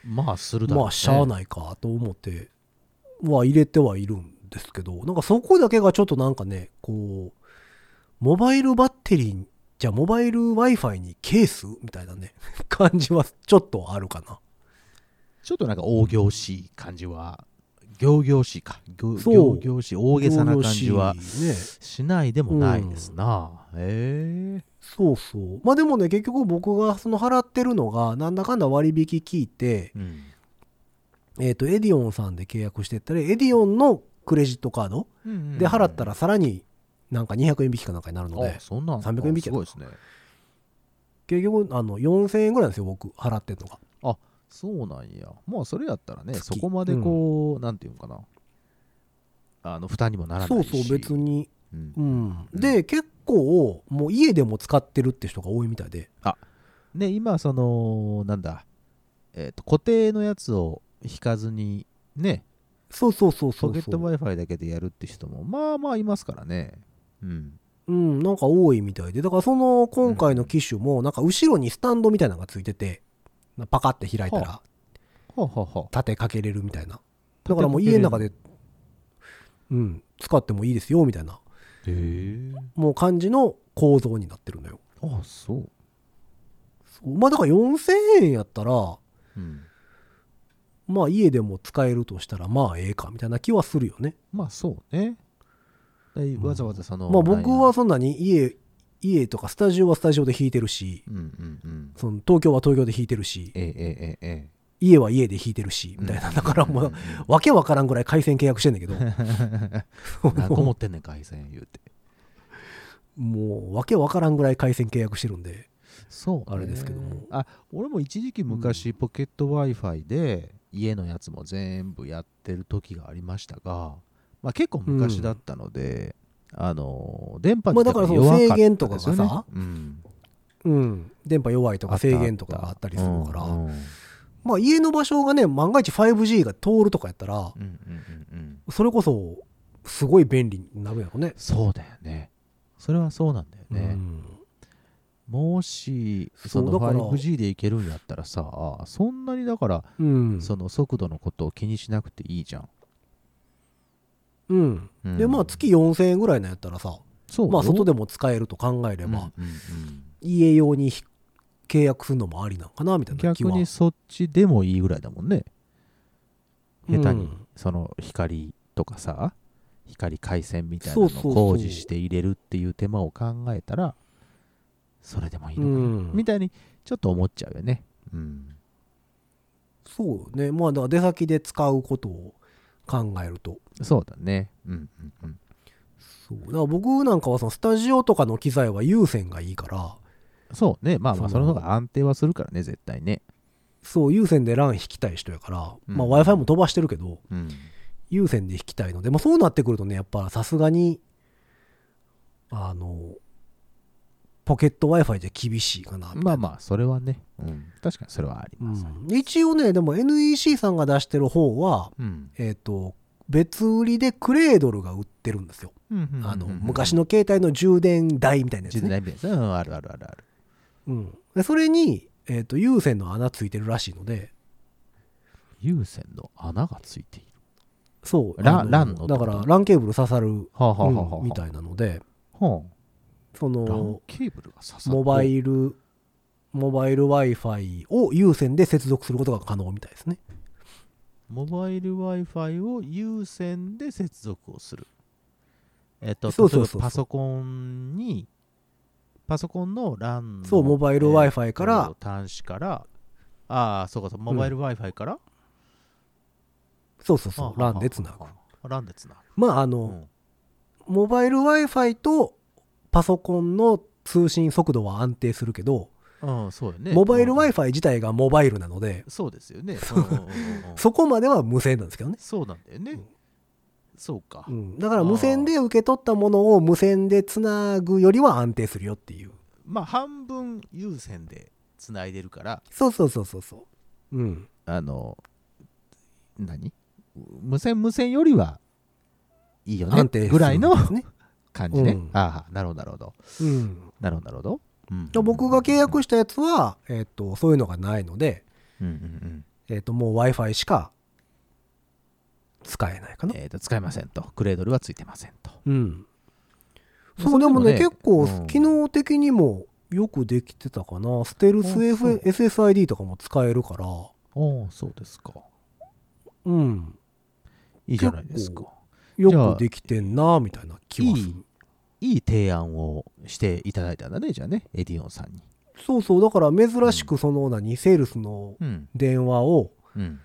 Speaker 3: うんまあするだろう、ね、
Speaker 2: まあしゃあないかと思っては入れてはいるんですけどなんかそこだけがちょっとなんかねこうモバイルバッテリーじゃあモバイル Wi-Fi にケースみたいなね (laughs) 感じはちょっとあるかな
Speaker 3: ちょっとなんか大々しい感じは行々しいか行
Speaker 2: そう
Speaker 3: 行々しい大げさな感じは
Speaker 2: よろしいね
Speaker 3: しないでもないですな、へえ
Speaker 2: そうそうまあでもね結局僕がその払ってるのがなんだかんだ割引聞いて、
Speaker 3: うん
Speaker 2: えっとエディオンさんで契約してったらエディオンのクレジットカードで払ったらさらになんか200円引きかなんかになるので
Speaker 3: あそんなん
Speaker 2: 300円引き
Speaker 3: す
Speaker 2: や
Speaker 3: ごいですね
Speaker 2: 結局あの4000円ぐらいなんですよ僕払ってるのが
Speaker 3: そうなんやまあそれやったらねそ
Speaker 2: 月
Speaker 3: こまでこう、なんていうんかなあの負担にもならな
Speaker 2: そう
Speaker 3: いし
Speaker 2: そう別、に
Speaker 3: うん
Speaker 2: うん
Speaker 3: うん
Speaker 2: で結構もう家でも使ってるって人が多いみたいで
Speaker 3: ね今そのなんだえっ、と固定のやつを引かずにね
Speaker 2: そうそうそうそ
Speaker 3: ポ
Speaker 2: う
Speaker 3: ケ
Speaker 2: そう
Speaker 3: ット Wi-Fi だけでやるって人もまあまあいますからねうん
Speaker 2: うんなんか多いみたいでだからその今回の機種もなんか後ろにスタンドみたいなのがついててパカって開いた
Speaker 3: は
Speaker 2: ら
Speaker 3: はあ、はあはあ
Speaker 2: 立てかけれるみたいなだ
Speaker 3: 立てかけれる
Speaker 2: からもう家の中で、うん、使ってもいいですよみたいな
Speaker 3: へえ
Speaker 2: もう感じの構造になってるのよ
Speaker 3: ああそう
Speaker 2: そうまあだから4000円やったら
Speaker 3: うん、
Speaker 2: まあ家でも使えるとしたらまあええかみたいな気はするよね。
Speaker 3: まあそうねでわざわざその、
Speaker 2: まあ僕は
Speaker 3: そ
Speaker 2: そんなに家家とかスタジオはスタジオで弾いてるし
Speaker 3: うんうんうん
Speaker 2: その東京は東京で弾いてるし
Speaker 3: ええええ (laughs) え
Speaker 2: 家は家で弾いてるし
Speaker 3: え
Speaker 2: みたいなだからも
Speaker 3: ん
Speaker 2: うわけわからんぐらい回線契約してんだけど
Speaker 3: うん何個持ってんねん回線言うて
Speaker 2: もうわけわからんぐらい回線契約してるんで
Speaker 3: そう、
Speaker 2: あれですけども
Speaker 3: あ俺も一時期昔、ポケット w i f i で家のやつも全部やってる時がありましたが、まあ、結構昔だったので、あの電波
Speaker 2: まあだ
Speaker 3: 自体
Speaker 2: か
Speaker 3: が
Speaker 2: らその
Speaker 3: 弱った
Speaker 2: 制限とかが
Speaker 3: ですよね
Speaker 2: さ
Speaker 3: うん、
Speaker 2: うん電波弱いと
Speaker 3: あ
Speaker 2: か
Speaker 3: った
Speaker 2: 制限とかがあったりするから
Speaker 3: うんうん
Speaker 2: まあ家の場所がね万が一 5G が通るとかやったら
Speaker 3: うんうんうんうん
Speaker 2: それこそすごい便利になるやろね。
Speaker 3: そうだよねそれはそうなんだよ
Speaker 2: う
Speaker 3: ね、
Speaker 2: ん
Speaker 3: もし
Speaker 2: そう
Speaker 3: その
Speaker 2: だから
Speaker 3: 5G でいけるんやったらさそんなにだから、
Speaker 2: うん
Speaker 3: その速度のことを気にしなくていいじゃん、
Speaker 2: うん
Speaker 3: うん
Speaker 2: でまあ月4000円ぐらいのやったらさ、
Speaker 3: そうよ
Speaker 2: まあ外でも使えると考えれば、
Speaker 3: うんうん
Speaker 2: 家用にひ契約するのもありなんかなみたい
Speaker 3: うん
Speaker 2: な気
Speaker 3: 逆
Speaker 2: は
Speaker 3: にそっちでもいいぐらいだもんね下手
Speaker 2: う
Speaker 3: に
Speaker 2: ん
Speaker 3: その光とかさ光回線みたいなの
Speaker 2: そうそ
Speaker 3: を
Speaker 2: うそう
Speaker 3: 工事して入れるっていう手間を考えたらそれでもいいのかな、
Speaker 2: うん
Speaker 3: みたいにちょっと思っちゃうよねうん
Speaker 2: そうねまあだから出先で使うことを考えると
Speaker 3: そうだねうんうんうん
Speaker 2: そうだから僕なんかはそのスタジオとかの機材は有線がいいから
Speaker 3: そうねまあまあそ
Speaker 2: その
Speaker 3: の方が安定はするからね絶対ね
Speaker 2: そう有線で LAN 引きたい人やから、
Speaker 3: うん
Speaker 2: まあ w i f i も飛ばしてるけど
Speaker 3: うん
Speaker 2: 有線で引きたいので、まあ、そうなってくるとねやっぱさすがにあのポケット w i f i じゃ厳しいかなみたいな
Speaker 3: まあまあそれはね、うん、確かにそれはあり
Speaker 2: う
Speaker 3: ます、
Speaker 2: ん一応ねでも NEC さんが出してる方は、
Speaker 3: うん
Speaker 2: えっと別売りでクレードルが売ってるんですよ、あの昔の携帯の充電台みたいなやつ、
Speaker 3: 時
Speaker 2: ね
Speaker 3: 代みたいなうんあるあるあるある
Speaker 2: うん、でそれに、えっと有線の穴ついてるらしいので
Speaker 3: 有線の穴がついている
Speaker 2: そう
Speaker 3: ラ
Speaker 2: あ
Speaker 3: ランの
Speaker 2: だからランケーブル刺さる、
Speaker 3: はあはあはあは
Speaker 2: う
Speaker 3: あ
Speaker 2: んみたいなので
Speaker 3: は
Speaker 2: そ
Speaker 3: あ、ラン
Speaker 2: の
Speaker 3: ケーブルが刺さる
Speaker 2: モバイルモバイル w i f i を有線で接続することが可能みたいですね
Speaker 3: モバイル Wi-Fi を有線で接続をする。えっと、
Speaker 2: そうそうそうそう
Speaker 3: 例えばパソコンに、パソコンの LAN の
Speaker 2: そうモバイル Wi-Fi から、
Speaker 3: えっと端子から、ああ、そうかそう、モバイル Wi-Fi から、
Speaker 2: そうそうそう LAN でつなぐ。
Speaker 3: LAN でつな
Speaker 2: まああの、
Speaker 3: ぐ。うん
Speaker 2: モバイル Wi-Fi とパソコンの通信速度は安定するけど、
Speaker 3: うん、そうよね。
Speaker 2: モバイル
Speaker 3: うん
Speaker 2: Wi-Fi 自体がモバイルなので、
Speaker 3: そうですよね。うんうんうんうん
Speaker 2: そこまでは無線なんですけどね。
Speaker 3: そうなんだよね
Speaker 2: ん。
Speaker 3: そうか
Speaker 2: う。ん、だから無線で受け取ったものを無線でつなぐよりは安定するよっていう。
Speaker 3: まあ、半分有線でつないでるから、
Speaker 2: そうそうそうそうそう。うん。
Speaker 3: あの何無線無線よりはいいよね
Speaker 2: 安定する
Speaker 3: ぐらいの
Speaker 2: ですね。
Speaker 3: 感じね、
Speaker 2: うん
Speaker 3: ああなるほどなるほど
Speaker 2: うん。
Speaker 3: なるほどなるほど、うん
Speaker 2: で僕が契約したやつは、えっ、と、そういうのがないので、
Speaker 3: うんうん
Speaker 2: えっ、と、もう Wi-Fi しか使えないか
Speaker 3: う。
Speaker 2: なん
Speaker 3: えーと使えませんとクレードルはついてませんと
Speaker 2: うん。
Speaker 3: まあ
Speaker 2: そう、でもね、
Speaker 3: それで
Speaker 2: 結
Speaker 3: もねう
Speaker 2: 構
Speaker 3: ん、
Speaker 2: 機能的にもよくできてたかな。ステルス
Speaker 3: あ
Speaker 2: F
Speaker 3: そう
Speaker 2: SSID とかも使えるから、
Speaker 3: おおそうですか
Speaker 2: うん。
Speaker 3: いいじゃないですか
Speaker 2: よくできてんな、みたいな気はす
Speaker 3: い
Speaker 2: る
Speaker 3: い。いい提案をしていただいたんだねじゃあねエディオンさんに
Speaker 2: そうそう、だから珍しくその、何、セールスの
Speaker 3: うん
Speaker 2: 電話を
Speaker 3: うん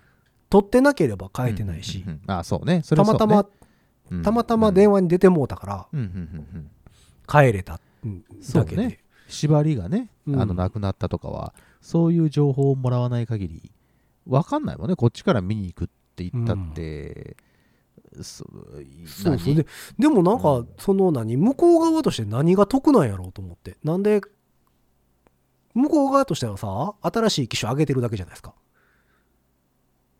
Speaker 2: 取ってなければ変えてないし
Speaker 3: うん、うんうんああそうねそれ
Speaker 2: た
Speaker 3: はそう
Speaker 2: また
Speaker 3: ね
Speaker 2: ま、
Speaker 3: うん
Speaker 2: たまたま電話に出てもうたから、
Speaker 3: うんうんうんうん
Speaker 2: 帰れた、うん
Speaker 3: そう
Speaker 2: だ
Speaker 3: ね
Speaker 2: けで。
Speaker 3: 縛りがね、
Speaker 2: うん
Speaker 3: あのなくなったとかはそういう情報をもらわない限り分かんないもんねこっちから見に行くって言ったって、そ
Speaker 2: そうそう
Speaker 3: 何
Speaker 2: ででもなん
Speaker 3: う
Speaker 2: か
Speaker 3: ん
Speaker 2: その何向こう側として何が得なんやろうと思ってなんで向こう側としてはさ新しい機種上げてるだけじゃないですか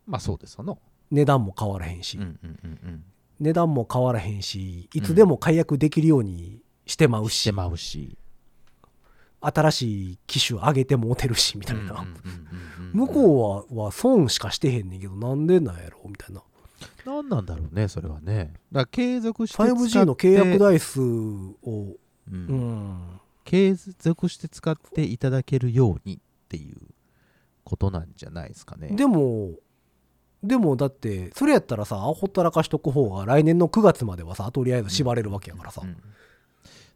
Speaker 3: まあそうですよの、
Speaker 2: 値段も変わらへんし、
Speaker 3: うんうんうん
Speaker 2: 値段も変わらへんしいつでも解約できるようにしてま
Speaker 3: うん、
Speaker 2: う
Speaker 3: し
Speaker 2: し、
Speaker 3: てまうし
Speaker 2: 新しい機種上げてもうてるしみたいな、向
Speaker 3: う
Speaker 2: こうはは損しかしてへんねんけどなんでなんやろうみたいな
Speaker 3: 何なんだろうねそれはねだから継続して
Speaker 2: 5G の契約
Speaker 3: だ、
Speaker 2: 台数を
Speaker 3: うん
Speaker 2: うん
Speaker 3: 継続して使っていただけるようにっていうことなんじゃないですかね。
Speaker 2: でもでもだってそれやったらさほったらかしとく方が来年の9月まではさとりあえず縛れるわけやからさ、
Speaker 3: うん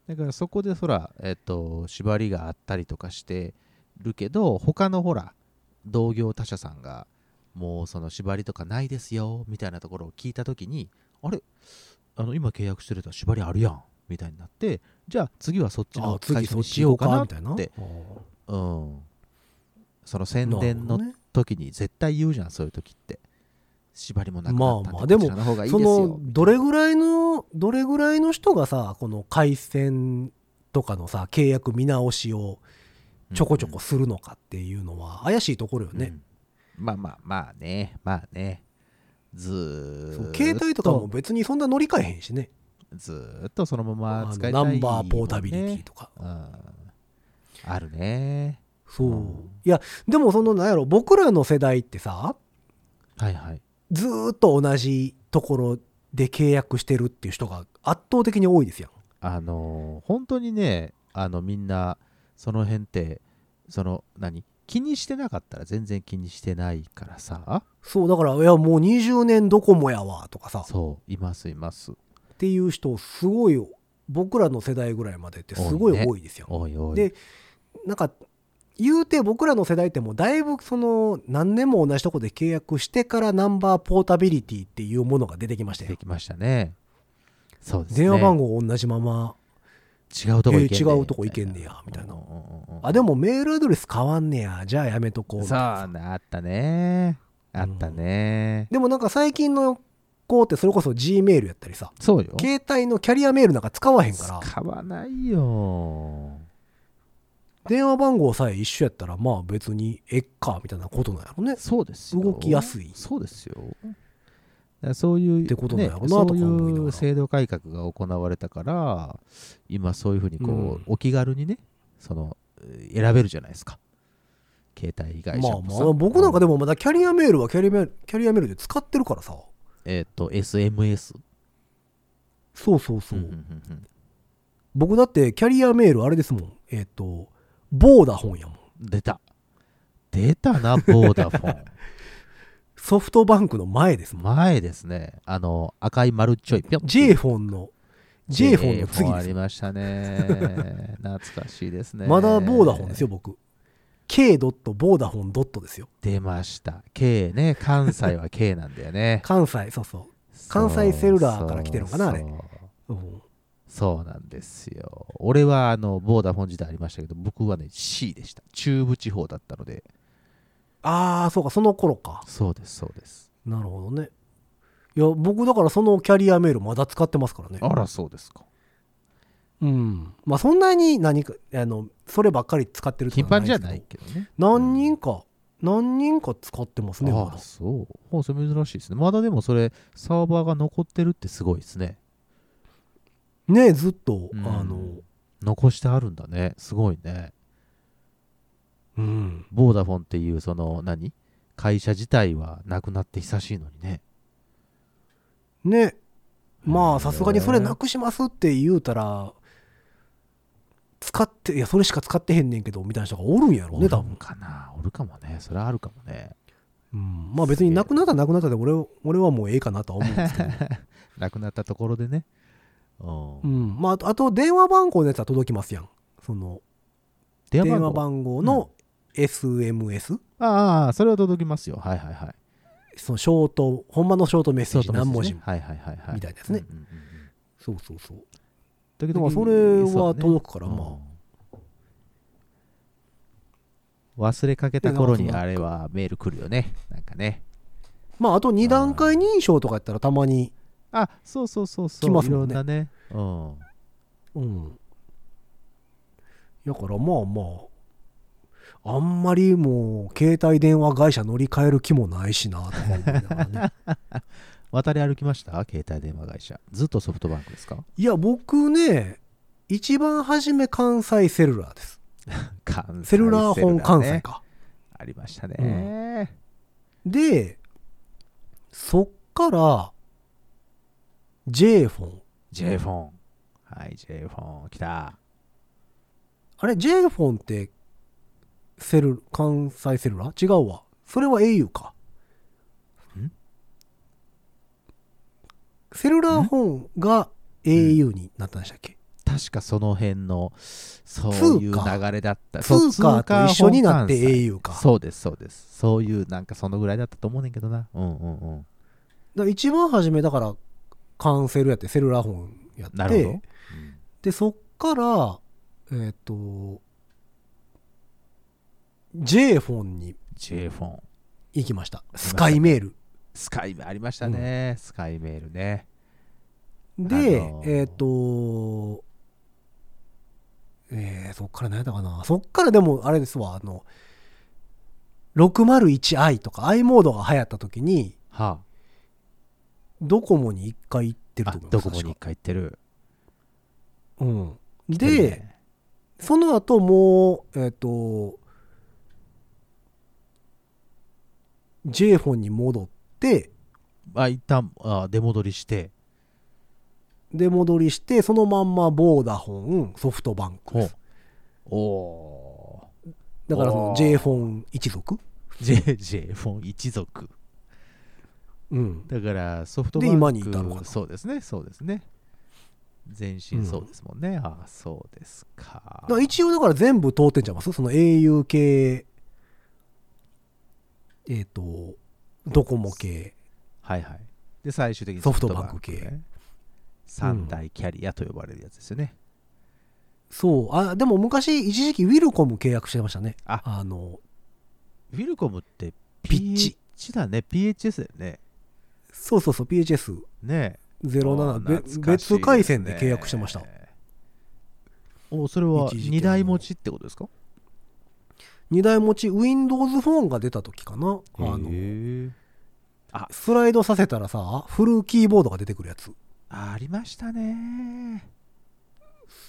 Speaker 3: だからそこでほら、えっと縛りがあったりとかしてるけど他のほら同業他社さんがもうその縛りとかないですよみたいなところを聞いた時にあれあの今契約してると縛りあるやんみたいになってじゃあ次はそっち
Speaker 2: あ
Speaker 3: の
Speaker 2: あ次
Speaker 3: 会社
Speaker 2: そっ
Speaker 3: に
Speaker 2: ち
Speaker 3: しよ
Speaker 2: 行
Speaker 3: う
Speaker 2: こう
Speaker 3: かな
Speaker 2: か
Speaker 3: っ
Speaker 2: みたいな
Speaker 3: て、
Speaker 2: あ
Speaker 3: うん、その
Speaker 2: あ
Speaker 3: 宣伝の
Speaker 2: なる
Speaker 3: 時に絶対言うじゃんそういう時って縛りもなくなったん
Speaker 2: まあまあ
Speaker 3: で
Speaker 2: で
Speaker 3: こ
Speaker 2: も
Speaker 3: ちらの方がいい
Speaker 2: ほ
Speaker 3: で
Speaker 2: ど
Speaker 3: す
Speaker 2: ね
Speaker 3: よ
Speaker 2: そのどれぐらいのどれぐらいの人がさこの回線とかのさ契約見直しをちょこちょこするのかっていうのは怪しいところよね、
Speaker 3: うんまあまあまあねまあねずーっ
Speaker 2: そう
Speaker 3: と
Speaker 2: 携帯とかも別にそんな乗り換えへんしね、
Speaker 3: ずーっとそのま
Speaker 2: あ
Speaker 3: ま
Speaker 2: の
Speaker 3: 使いたい
Speaker 2: ナ
Speaker 3: もんね、
Speaker 2: ンバーポータビリティとか、
Speaker 3: うんあるね
Speaker 2: そう、
Speaker 3: うん
Speaker 2: いやでもそのなんやろ僕らの世代ってさ
Speaker 3: はいはい
Speaker 2: ずーっと同じところで契約してるっていう人が圧倒的に多いですやん
Speaker 3: あのー本当にねあのみんなその辺ってその何気にしてなかったら全然気にしてないからさ
Speaker 2: そうだからいやもう20年ドコモやわとかさっ
Speaker 3: そういますいます
Speaker 2: ていう人すごい僕らの世代ぐらいまでってすご
Speaker 3: 多いね
Speaker 2: い多いですよ、
Speaker 3: おいおい
Speaker 2: でなんか言うて僕らの世代ってもうだいぶその何年も同じとこで契約してからナンバーポータビリティっていうものが出てきました
Speaker 3: 出
Speaker 2: よ
Speaker 3: てきましたねそうですね
Speaker 2: 電話番号同じまま
Speaker 3: 違うとこ行けんね
Speaker 2: えー違うとこ行けんねやみたいな
Speaker 3: うんうんうんうん
Speaker 2: あでもメールアドレス変わんねやじゃあやめとこうみ
Speaker 3: そ
Speaker 2: た
Speaker 3: う
Speaker 2: いな
Speaker 3: なあったねあったね、
Speaker 2: でもなんか最近の子ってそれこそ G メールやったりさ
Speaker 3: そうよ
Speaker 2: 携帯のキャリアメールなんか使わへんから
Speaker 3: 使わないよ
Speaker 2: 電話番号さえ一緒やったらまあ別にえっかみたいなことなんやろね
Speaker 3: そうですよ
Speaker 2: 動きやすい
Speaker 3: そうですよだからそういう
Speaker 2: ってことだよな
Speaker 3: ね、
Speaker 2: と
Speaker 3: そ
Speaker 2: か
Speaker 3: う
Speaker 2: 思いないが
Speaker 3: う
Speaker 2: ら
Speaker 3: 制度改革が行われたから今そういうふうにこう、
Speaker 2: うん
Speaker 3: お気軽にねそのえー選べるじゃないですか携帯会社
Speaker 2: まあ
Speaker 3: も
Speaker 2: ま
Speaker 3: さ
Speaker 2: あ僕なんかで
Speaker 3: う
Speaker 2: もまだキャリアメールはキャリアメールキャリアメールで使ってるからさ
Speaker 3: えっ、と SMS
Speaker 2: そうそうそう、
Speaker 3: うんうんうんうん
Speaker 2: 僕だってキャリアメールあれですもんえっ、とボーダホンやもん
Speaker 3: 出た出たなボーダフォン
Speaker 2: ソフトバンクの前ですもん
Speaker 3: 前ですねあの赤い丸っちょいぴょん
Speaker 2: J フォンの J フォンの次
Speaker 3: J-Phone あ
Speaker 2: です
Speaker 3: りまし
Speaker 2: (laughs)
Speaker 3: たね懐かしいですね
Speaker 2: まだボーダホンですよ僕 K. ボーダホンですよ
Speaker 3: 出ました K ね関西は K なんだよね
Speaker 2: 関西そうそう (laughs) 関西セルラーから来てるのかなあれ
Speaker 3: そう
Speaker 2: うん
Speaker 3: そうなんですよ俺はあのボーダフォン時代ありましたけど僕はね C でした中部地方だったので
Speaker 2: ああそうかその頃か
Speaker 3: そうですそうです
Speaker 2: なるほどねいや僕だからそのキャリアメールまだ使ってますからね
Speaker 3: あらそうですか
Speaker 2: うんまあそんなに何かあのそればっかり使ってると
Speaker 3: 頻
Speaker 2: かは
Speaker 3: 繁じゃない
Speaker 2: です
Speaker 3: けどね
Speaker 2: けど何人か、何人か使ってますねま
Speaker 3: あ
Speaker 2: だ
Speaker 3: あそうほうそれ珍しいですねまだでもそれサーバーが残ってるってすごいですね
Speaker 2: ねえずっと、
Speaker 3: うん
Speaker 2: あの
Speaker 3: 残してあるんだねすごいね
Speaker 2: うん
Speaker 3: ボーダフォンっていうその何会社自体はなくなって久しいのにね
Speaker 2: ねえま
Speaker 3: へえ
Speaker 2: あさすがにそれなくしますって言うたら使っていやそれしか使ってへんねんけどみたいな人がおるんやろ
Speaker 3: お
Speaker 2: ね
Speaker 3: る
Speaker 2: 多
Speaker 3: ん
Speaker 2: 分、
Speaker 3: かなおるかもねそれはあるかも
Speaker 2: (laughs)
Speaker 3: ね
Speaker 2: うん、まあ別になくなったらなくなったで俺は俺はもうええかなとは思うんですけど、
Speaker 3: なくなったところでねうん
Speaker 2: うん、まああとあと電話番号のやつは届きますやんその
Speaker 3: 電
Speaker 2: 電話
Speaker 3: 話番
Speaker 2: 番号の SMS、
Speaker 3: 号ああそれは届きますよはいはいはい
Speaker 2: そのショートほんまのショートメッセージ
Speaker 3: そう
Speaker 2: 何文字
Speaker 3: そうですねはいはいはいはい
Speaker 2: みたいなやつね
Speaker 3: うんうんうん
Speaker 2: そうそうそうだ
Speaker 3: 時
Speaker 2: か
Speaker 3: 々
Speaker 2: らそれ
Speaker 3: そう
Speaker 2: は
Speaker 3: だね
Speaker 2: 届くからまあ
Speaker 3: うん忘れかけた頃にあれはメール来るよねなんかね
Speaker 2: まああと2段階認証とかやったらたまに
Speaker 3: あそうそうそうそ
Speaker 2: 来
Speaker 3: う
Speaker 2: ます
Speaker 3: いろ
Speaker 2: もん
Speaker 3: ん
Speaker 2: ね
Speaker 3: なねうん
Speaker 2: うんだからまあまああんまりもう携帯電話会社乗り換える気もないしなとか思いながら (laughs) ね
Speaker 3: 渡り歩きました携帯電話会社ずっとソフトバンクですか
Speaker 2: いや僕ね一番初め関西セルラーです
Speaker 3: 関西
Speaker 2: セルラー本関
Speaker 3: セ
Speaker 2: 西
Speaker 3: ルラーね
Speaker 2: か、
Speaker 3: ありましたね、
Speaker 2: でそっから J フォン
Speaker 3: J フォンはい J フォン来た
Speaker 2: あれ J フォンってセル、関西セルラ違うわ。それは au か。
Speaker 3: ん
Speaker 2: セルラー本が au になったんでしたっけ
Speaker 3: 確かその辺のそういう
Speaker 2: 通貨
Speaker 3: 流れだったそう
Speaker 2: 通貨と一緒になって au か。
Speaker 3: そうですそうですそういうなんかそのぐらいだったと思うねんけどなうんうんうん
Speaker 2: だから一番初めだからカンセルやってセルラー本やって
Speaker 3: なるほど、うん
Speaker 2: でそっからえっ、と J フォンに
Speaker 3: J フォン
Speaker 2: 行きました
Speaker 3: た
Speaker 2: スカイメール
Speaker 3: スカイありましたね、スカイメールね
Speaker 2: で、
Speaker 3: あのー
Speaker 2: えっ、とえーそっから何やったかなそっからでもあれですわあの 601i とか i モードが流行った時に
Speaker 3: は
Speaker 2: ドコモに一回行ってる
Speaker 3: あ
Speaker 2: と
Speaker 3: あ
Speaker 2: 思いま
Speaker 3: ド
Speaker 2: す
Speaker 3: コモに一回行ってる
Speaker 2: 確かうん
Speaker 3: 来てる
Speaker 2: で、
Speaker 3: ね
Speaker 2: その後もうえっ、と J フォンに戻って
Speaker 3: あ一旦あ出戻りして
Speaker 2: で戻りしてそのまんまボーダフォンソフトバンクです
Speaker 3: おお
Speaker 2: だからその
Speaker 3: おー
Speaker 2: J フォン一族
Speaker 3: JJ フォン一族
Speaker 2: うん
Speaker 3: だからソフトバンク
Speaker 2: で今に至るのかな
Speaker 3: そうですねそうですね全身そうですもんね、ああそうですか
Speaker 2: だから一応だから全部通ってんちゃいますその au 系えっ、とドコモ系
Speaker 3: はいはいで最終的に
Speaker 2: ソフトバンク系
Speaker 3: 3大キャリアと呼ばれるやつですよね、
Speaker 2: そうあでも昔一時期ウィルコム契約してましたね
Speaker 3: あ
Speaker 2: あの
Speaker 3: ウィルコムって
Speaker 2: ピッチ
Speaker 3: PH だね PHS だよね
Speaker 2: そうそうそう PHS
Speaker 3: ねああ
Speaker 2: 07、
Speaker 3: 懐かしいです
Speaker 2: べ
Speaker 3: ね
Speaker 2: 別回線で契約してました
Speaker 3: おそれは
Speaker 2: 一時期
Speaker 3: 2台持ちってことですか
Speaker 2: 2台持ち Windows フォンが出た時かなあの
Speaker 3: の
Speaker 2: スライドさせたらさフルキーボードが出てくるやつ
Speaker 3: ありましたね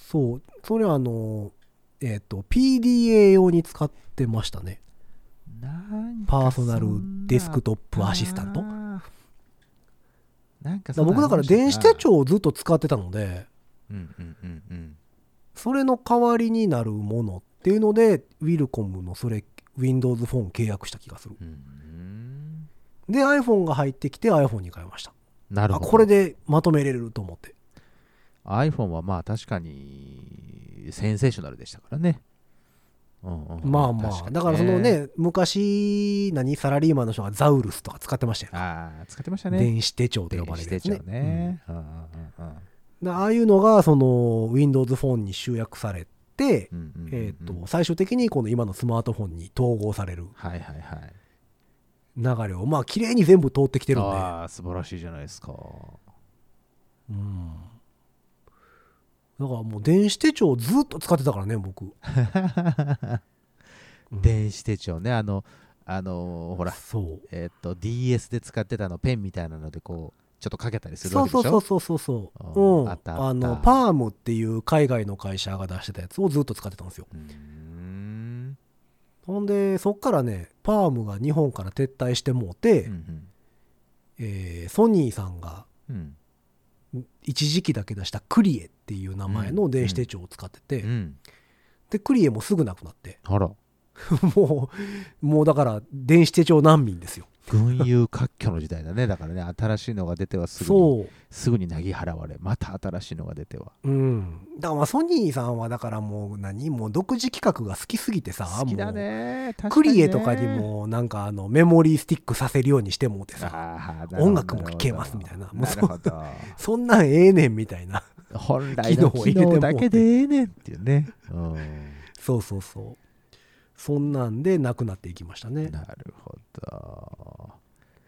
Speaker 2: そうそれはあのえっ、と PDA 用に使ってましたね
Speaker 3: なんか
Speaker 2: パーソナルデスクトップアシスタント
Speaker 3: そんななんか
Speaker 2: だから僕だから電子手帳をずっと使ってたので
Speaker 3: うんうんうんうん
Speaker 2: それの代わりになるものっていうのでウィルコムのそれ Windows フォン契約した気がする
Speaker 3: うん
Speaker 2: で iPhone が入ってきて iPhone に変えました
Speaker 3: なる
Speaker 2: あ
Speaker 3: ほど
Speaker 2: これでまとめれると思って
Speaker 3: iPhone はまあ確かにセンセーショナルでしたからね、うんうんうん
Speaker 2: まあま
Speaker 3: 確
Speaker 2: あ、
Speaker 3: に
Speaker 2: だからそのね、昔、何、サラリーマンの人がザウルスとか使ってましたよ。
Speaker 3: ああ使ってましたね
Speaker 2: 電子手帳と呼
Speaker 3: 電
Speaker 2: ばれ
Speaker 3: 子
Speaker 2: るや
Speaker 3: 手
Speaker 2: つね
Speaker 3: 帳。ねうんうんうん
Speaker 2: うんだああいうのが、その、Windows フォンに集約されて、
Speaker 3: うんうんうんうん
Speaker 2: えっと、最終的にこの今のスマートフォンに統合される
Speaker 3: はいはいはい
Speaker 2: 流れを、まあ、綺麗に全部通ってきてるんで、
Speaker 3: ああ素晴らしいじゃないです
Speaker 2: (laughs)
Speaker 3: か
Speaker 2: うん。だからもう電子手帳をずっと使ってたからね、僕。
Speaker 3: 電子手帳ねあのあのーほら
Speaker 2: そう。
Speaker 3: えっと DS で使ってたあのペンみたいなのでこうちょっとかけたりする
Speaker 2: そ
Speaker 3: わ
Speaker 2: う
Speaker 3: けでしょ
Speaker 2: そうそうそうそう
Speaker 3: あ
Speaker 2: う。
Speaker 3: ー
Speaker 2: うん。
Speaker 3: あったあった
Speaker 2: あの、パームっていう海外の会社が出してたやつをずっと使ってたんですよ。
Speaker 3: うーん
Speaker 2: ほんでそっからねパームが日本から撤退してもうて、
Speaker 3: うん
Speaker 2: えーソニーさんが
Speaker 3: うんうん
Speaker 2: 一時期だけ出したクリエっていう名前の電子手帳を使ってて、
Speaker 3: うん
Speaker 2: でクリエもすぐなくなって (laughs)
Speaker 3: あら
Speaker 2: もうもうだから電子手帳難民ですよ
Speaker 3: 群雄割拠の時代だねだからね新しいのが出てはすぐに
Speaker 2: そ
Speaker 3: すぐになぎ払われまた新しいのが出ては
Speaker 2: ううんだからまあソニーさんはだからもう何もう独自企画が好きすぎてさ
Speaker 3: 好きだね
Speaker 2: もう
Speaker 3: 確
Speaker 2: ク
Speaker 3: にね
Speaker 2: リエとかにもなんかあのメモリースティックさせるようにしてもうてさ
Speaker 3: あー
Speaker 2: 音楽も聴けますみたいなもう
Speaker 3: な
Speaker 2: そ
Speaker 3: る
Speaker 2: (laughs)
Speaker 3: ほど
Speaker 2: そんなんええねんみたいな (laughs)
Speaker 3: 本来の
Speaker 2: 機能を
Speaker 3: 機
Speaker 2: 入れても
Speaker 3: 能だけでええねんっていうね、う
Speaker 2: そうそうそうそんなんでなくなっていきましたね
Speaker 3: ん、なるほど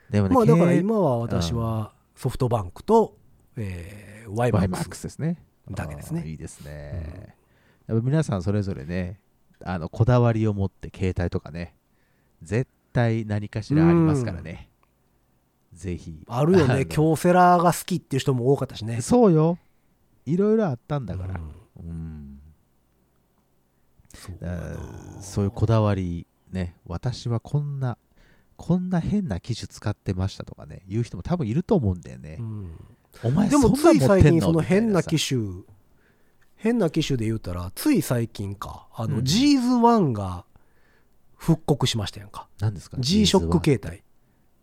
Speaker 3: でもね、
Speaker 2: まあだから
Speaker 3: 経営
Speaker 2: 今は私はソフトバンクと、えー、ワイマ
Speaker 3: バ
Speaker 2: ッ
Speaker 3: イマッ
Speaker 2: ク
Speaker 3: ク
Speaker 2: ス
Speaker 3: スですね
Speaker 2: だけですね
Speaker 3: あーいいですね、やっぱ皆さんそれぞれねあのこだわりを持って携帯とかね絶対何かしらありますからね、ぜひ
Speaker 2: あるよ
Speaker 3: の
Speaker 2: ね京セラが好きっていう人も多かったしね
Speaker 3: そうよいろいろあったんだから、
Speaker 2: うん
Speaker 3: うん
Speaker 2: そう
Speaker 3: だそういうこだわりね私はこんなこんな変な機種使ってましたとかね言う人も多分いると思うんだよね
Speaker 2: う、ん
Speaker 3: お前
Speaker 2: でもつ
Speaker 3: そん
Speaker 2: い
Speaker 3: なん持っ
Speaker 2: 最
Speaker 3: てん
Speaker 2: 近
Speaker 3: の
Speaker 2: その
Speaker 3: みたい
Speaker 2: 変な
Speaker 3: さ
Speaker 2: 機種変な機種で言うたらつい最近かあ
Speaker 3: う
Speaker 2: の
Speaker 3: ん
Speaker 2: G's1 が復刻しましたやんか
Speaker 3: 何ですか
Speaker 2: G ショック携帯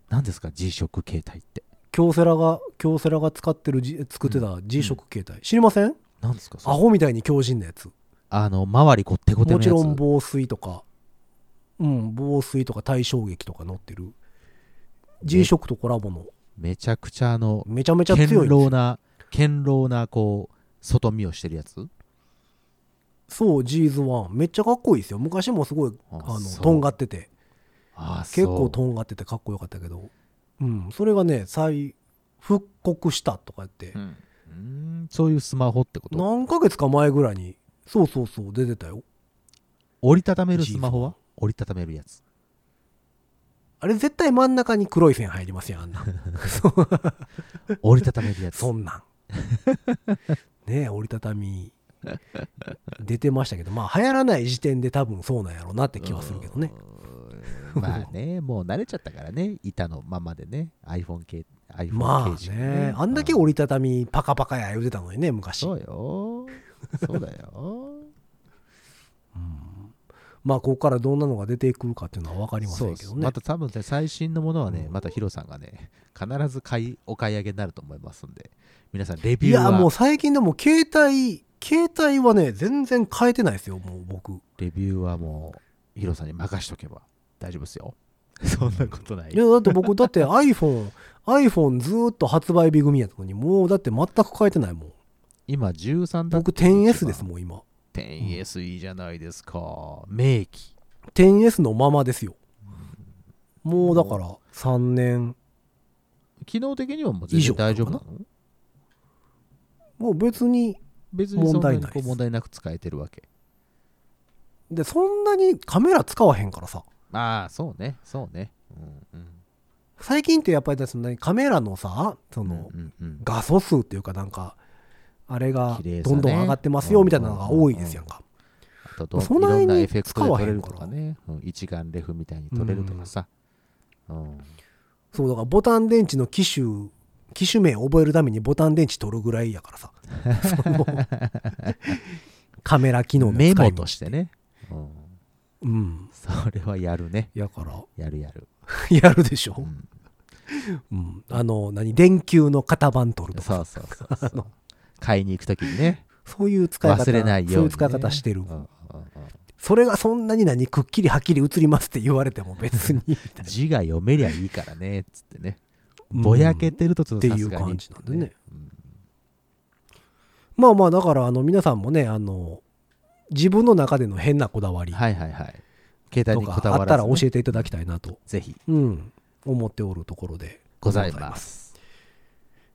Speaker 3: 何ですか G ショック携帯って
Speaker 2: 京セラが京セラが使ってる、G- 作ってた G ショック携帯、知りません
Speaker 3: 何ですかそ
Speaker 2: ア
Speaker 3: れ
Speaker 2: ホみたいに強靭なやつ
Speaker 3: あの周りこってこての
Speaker 2: も
Speaker 3: や
Speaker 2: ち
Speaker 3: つ
Speaker 2: ろん防水とかうん防水とか対衝撃とか乗ってる G ショックとコラボの
Speaker 3: めちゃくちゃあの
Speaker 2: めちゃめちゃ強いん
Speaker 3: 堅
Speaker 2: ですよ
Speaker 3: 牢な堅牢なこう外見をしてるやつ
Speaker 2: そうジーズワンめっちゃかっこいいですよ昔もすごい
Speaker 3: あ
Speaker 2: あの
Speaker 3: そう
Speaker 2: とんがってて
Speaker 3: ああ
Speaker 2: 結構とんがっててかっこよかったけどうんそれがね再復刻したとか言って、
Speaker 3: うんうーんそういうスマホってこと
Speaker 2: 何ヶ月か前ぐらいにそうそうそう出てたよ
Speaker 3: 折りたためるスマホは折りたためるやつ
Speaker 2: あれ絶対真ん中に黒い線入りますやんあ
Speaker 3: (laughs)
Speaker 2: んなんそう
Speaker 3: 折りたためるやつ
Speaker 2: そんなんねえ折りたたみ出てましたけどまあ流行らない時点で多分そうなんやろうなって気はするけどね
Speaker 3: うーん。まあね、
Speaker 2: (laughs)
Speaker 3: もう慣れちゃったからね、板のままでね、iPhone 系、iPhone
Speaker 2: ま
Speaker 3: 形
Speaker 2: あ
Speaker 3: 式
Speaker 2: ねあんだけ折りたたみパカパカや言うてたのにね昔
Speaker 3: そうよ。そう
Speaker 2: (laughs)
Speaker 3: だよ。
Speaker 2: まあここからどんなのが出てくるかっていうのは分かりませんけどね
Speaker 3: また多分ね、最新のものはね、
Speaker 2: うん
Speaker 3: またヒロさんがね、必ず買い、お買い上げになると思いますんで、皆さん、レビ
Speaker 2: い
Speaker 3: ュー
Speaker 2: やもう
Speaker 3: は、
Speaker 2: 最近でも携帯携帯はね全然変えてないですよもう僕
Speaker 3: レビューはもう、ヒロさんに任しとけば大丈夫ですよ。 (laughs) そんなことない
Speaker 2: い。やだって
Speaker 3: (laughs)
Speaker 2: 僕だって iPhone iPhone ずーっと発売日組やったのにもうだって全く変えてないもん
Speaker 3: 今、13だ
Speaker 2: 僕 10S ですもん今
Speaker 3: 10S いいじゃないですか。名機。
Speaker 2: 10S のままですよもうだから3年
Speaker 3: 機能的にはもう全
Speaker 2: 以上
Speaker 3: 然大丈夫な
Speaker 2: か
Speaker 3: の
Speaker 2: もう別に
Speaker 3: 別にそんなにこ
Speaker 2: 問題ないで
Speaker 3: う
Speaker 2: す
Speaker 3: 問題なく使えてるわけ。
Speaker 2: でそんなにカメラ使わへんからさ
Speaker 3: まあ、そうね、そうね。うんうん
Speaker 2: 最近ってやっぱりそんなにカメラのさその、
Speaker 3: うんうん
Speaker 2: 画素数っていうかなんかあれが
Speaker 3: 綺麗さ
Speaker 2: ど
Speaker 3: ね
Speaker 2: んどん上がってますよみたいなのが多いですやんか
Speaker 3: あとどん、い
Speaker 2: そんなに
Speaker 3: ろんなエフェクトで撮れるとか
Speaker 2: 使わ
Speaker 3: ね、うん一眼レフみたいに撮れるとかさ。うん
Speaker 2: そうだからボタン電池の機種機種名覚えるためにボタン電池取るぐらいやから
Speaker 3: (laughs)
Speaker 2: さそのカメラ機能の使い
Speaker 3: メ
Speaker 2: 道
Speaker 3: モとしてね。うん
Speaker 2: うん
Speaker 3: それはやるね。
Speaker 2: やから (laughs)
Speaker 3: やるやる。
Speaker 2: やるでしょ、
Speaker 3: うん
Speaker 2: うん、あの何電球の型番取るとか
Speaker 3: そうそうそうそう。買いに行くときにね、
Speaker 2: そういう使い方
Speaker 3: 忘れないようにね。
Speaker 2: そういう使い方してる、
Speaker 3: うんうんうん
Speaker 2: それがそんなに何くっきりはっきり映りますって言われても別にみたいな
Speaker 3: 字が読めりゃいいからね、つってね。
Speaker 2: うん
Speaker 3: ぼやけてるとちょっとさ
Speaker 2: っ
Speaker 3: すがに
Speaker 2: ていう感じなんでね。
Speaker 3: うん
Speaker 2: まあまあだからあの皆さんもねあの自分の中での変なこだわり
Speaker 3: はいはいはい。携帯
Speaker 2: と
Speaker 3: に
Speaker 2: か
Speaker 3: こだ
Speaker 2: あ
Speaker 3: わ
Speaker 2: った
Speaker 3: ら
Speaker 2: ら
Speaker 3: ず
Speaker 2: 教
Speaker 3: ね、
Speaker 2: えていただきたいなと、
Speaker 3: ぜひ
Speaker 2: うん、思っておるところで
Speaker 3: ございます。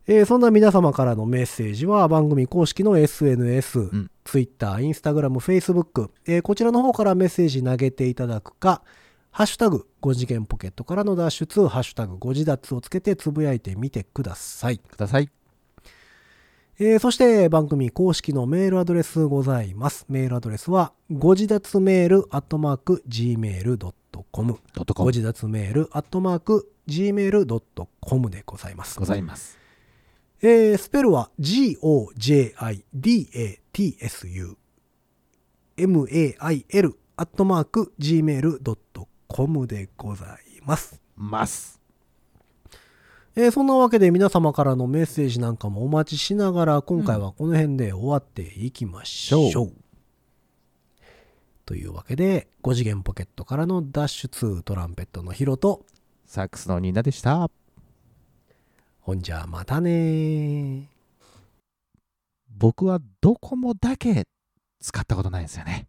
Speaker 2: えーそんな皆様からのメッセージは番組公式の SNS、
Speaker 3: ん
Speaker 2: Twitter、Instagram、Facebook、えーこちらの方からメッセージ投げていただくか、ハッシュタグ5次元ポケットからの脱出、ハッシュタグ5次脱をつけてつぶやいてみてください。
Speaker 3: ください。
Speaker 2: えーそして番組公式のメールアドレスございます。メールアドレスは、ご自立メールアットマーク gmail.com。
Speaker 3: ドットコ
Speaker 2: ご
Speaker 3: ム
Speaker 2: 自立メールアットマーク gmail.com でございます。
Speaker 3: ございます。
Speaker 2: えースペルは GOJIDATSU MAIL アットマーク Gmail.com でございます、
Speaker 3: ます。
Speaker 2: えーそんなわけで皆様からのメッセージなんかもお待ちしながら今回はこの辺で終わっていきましょう、
Speaker 3: しょ
Speaker 2: というわけで5次元ポケットからの脱出トランペットのヒロと
Speaker 3: サックスのニーナでした。
Speaker 2: ほんじゃまたねー
Speaker 3: 僕はドコモだけ使ったことないんですよね。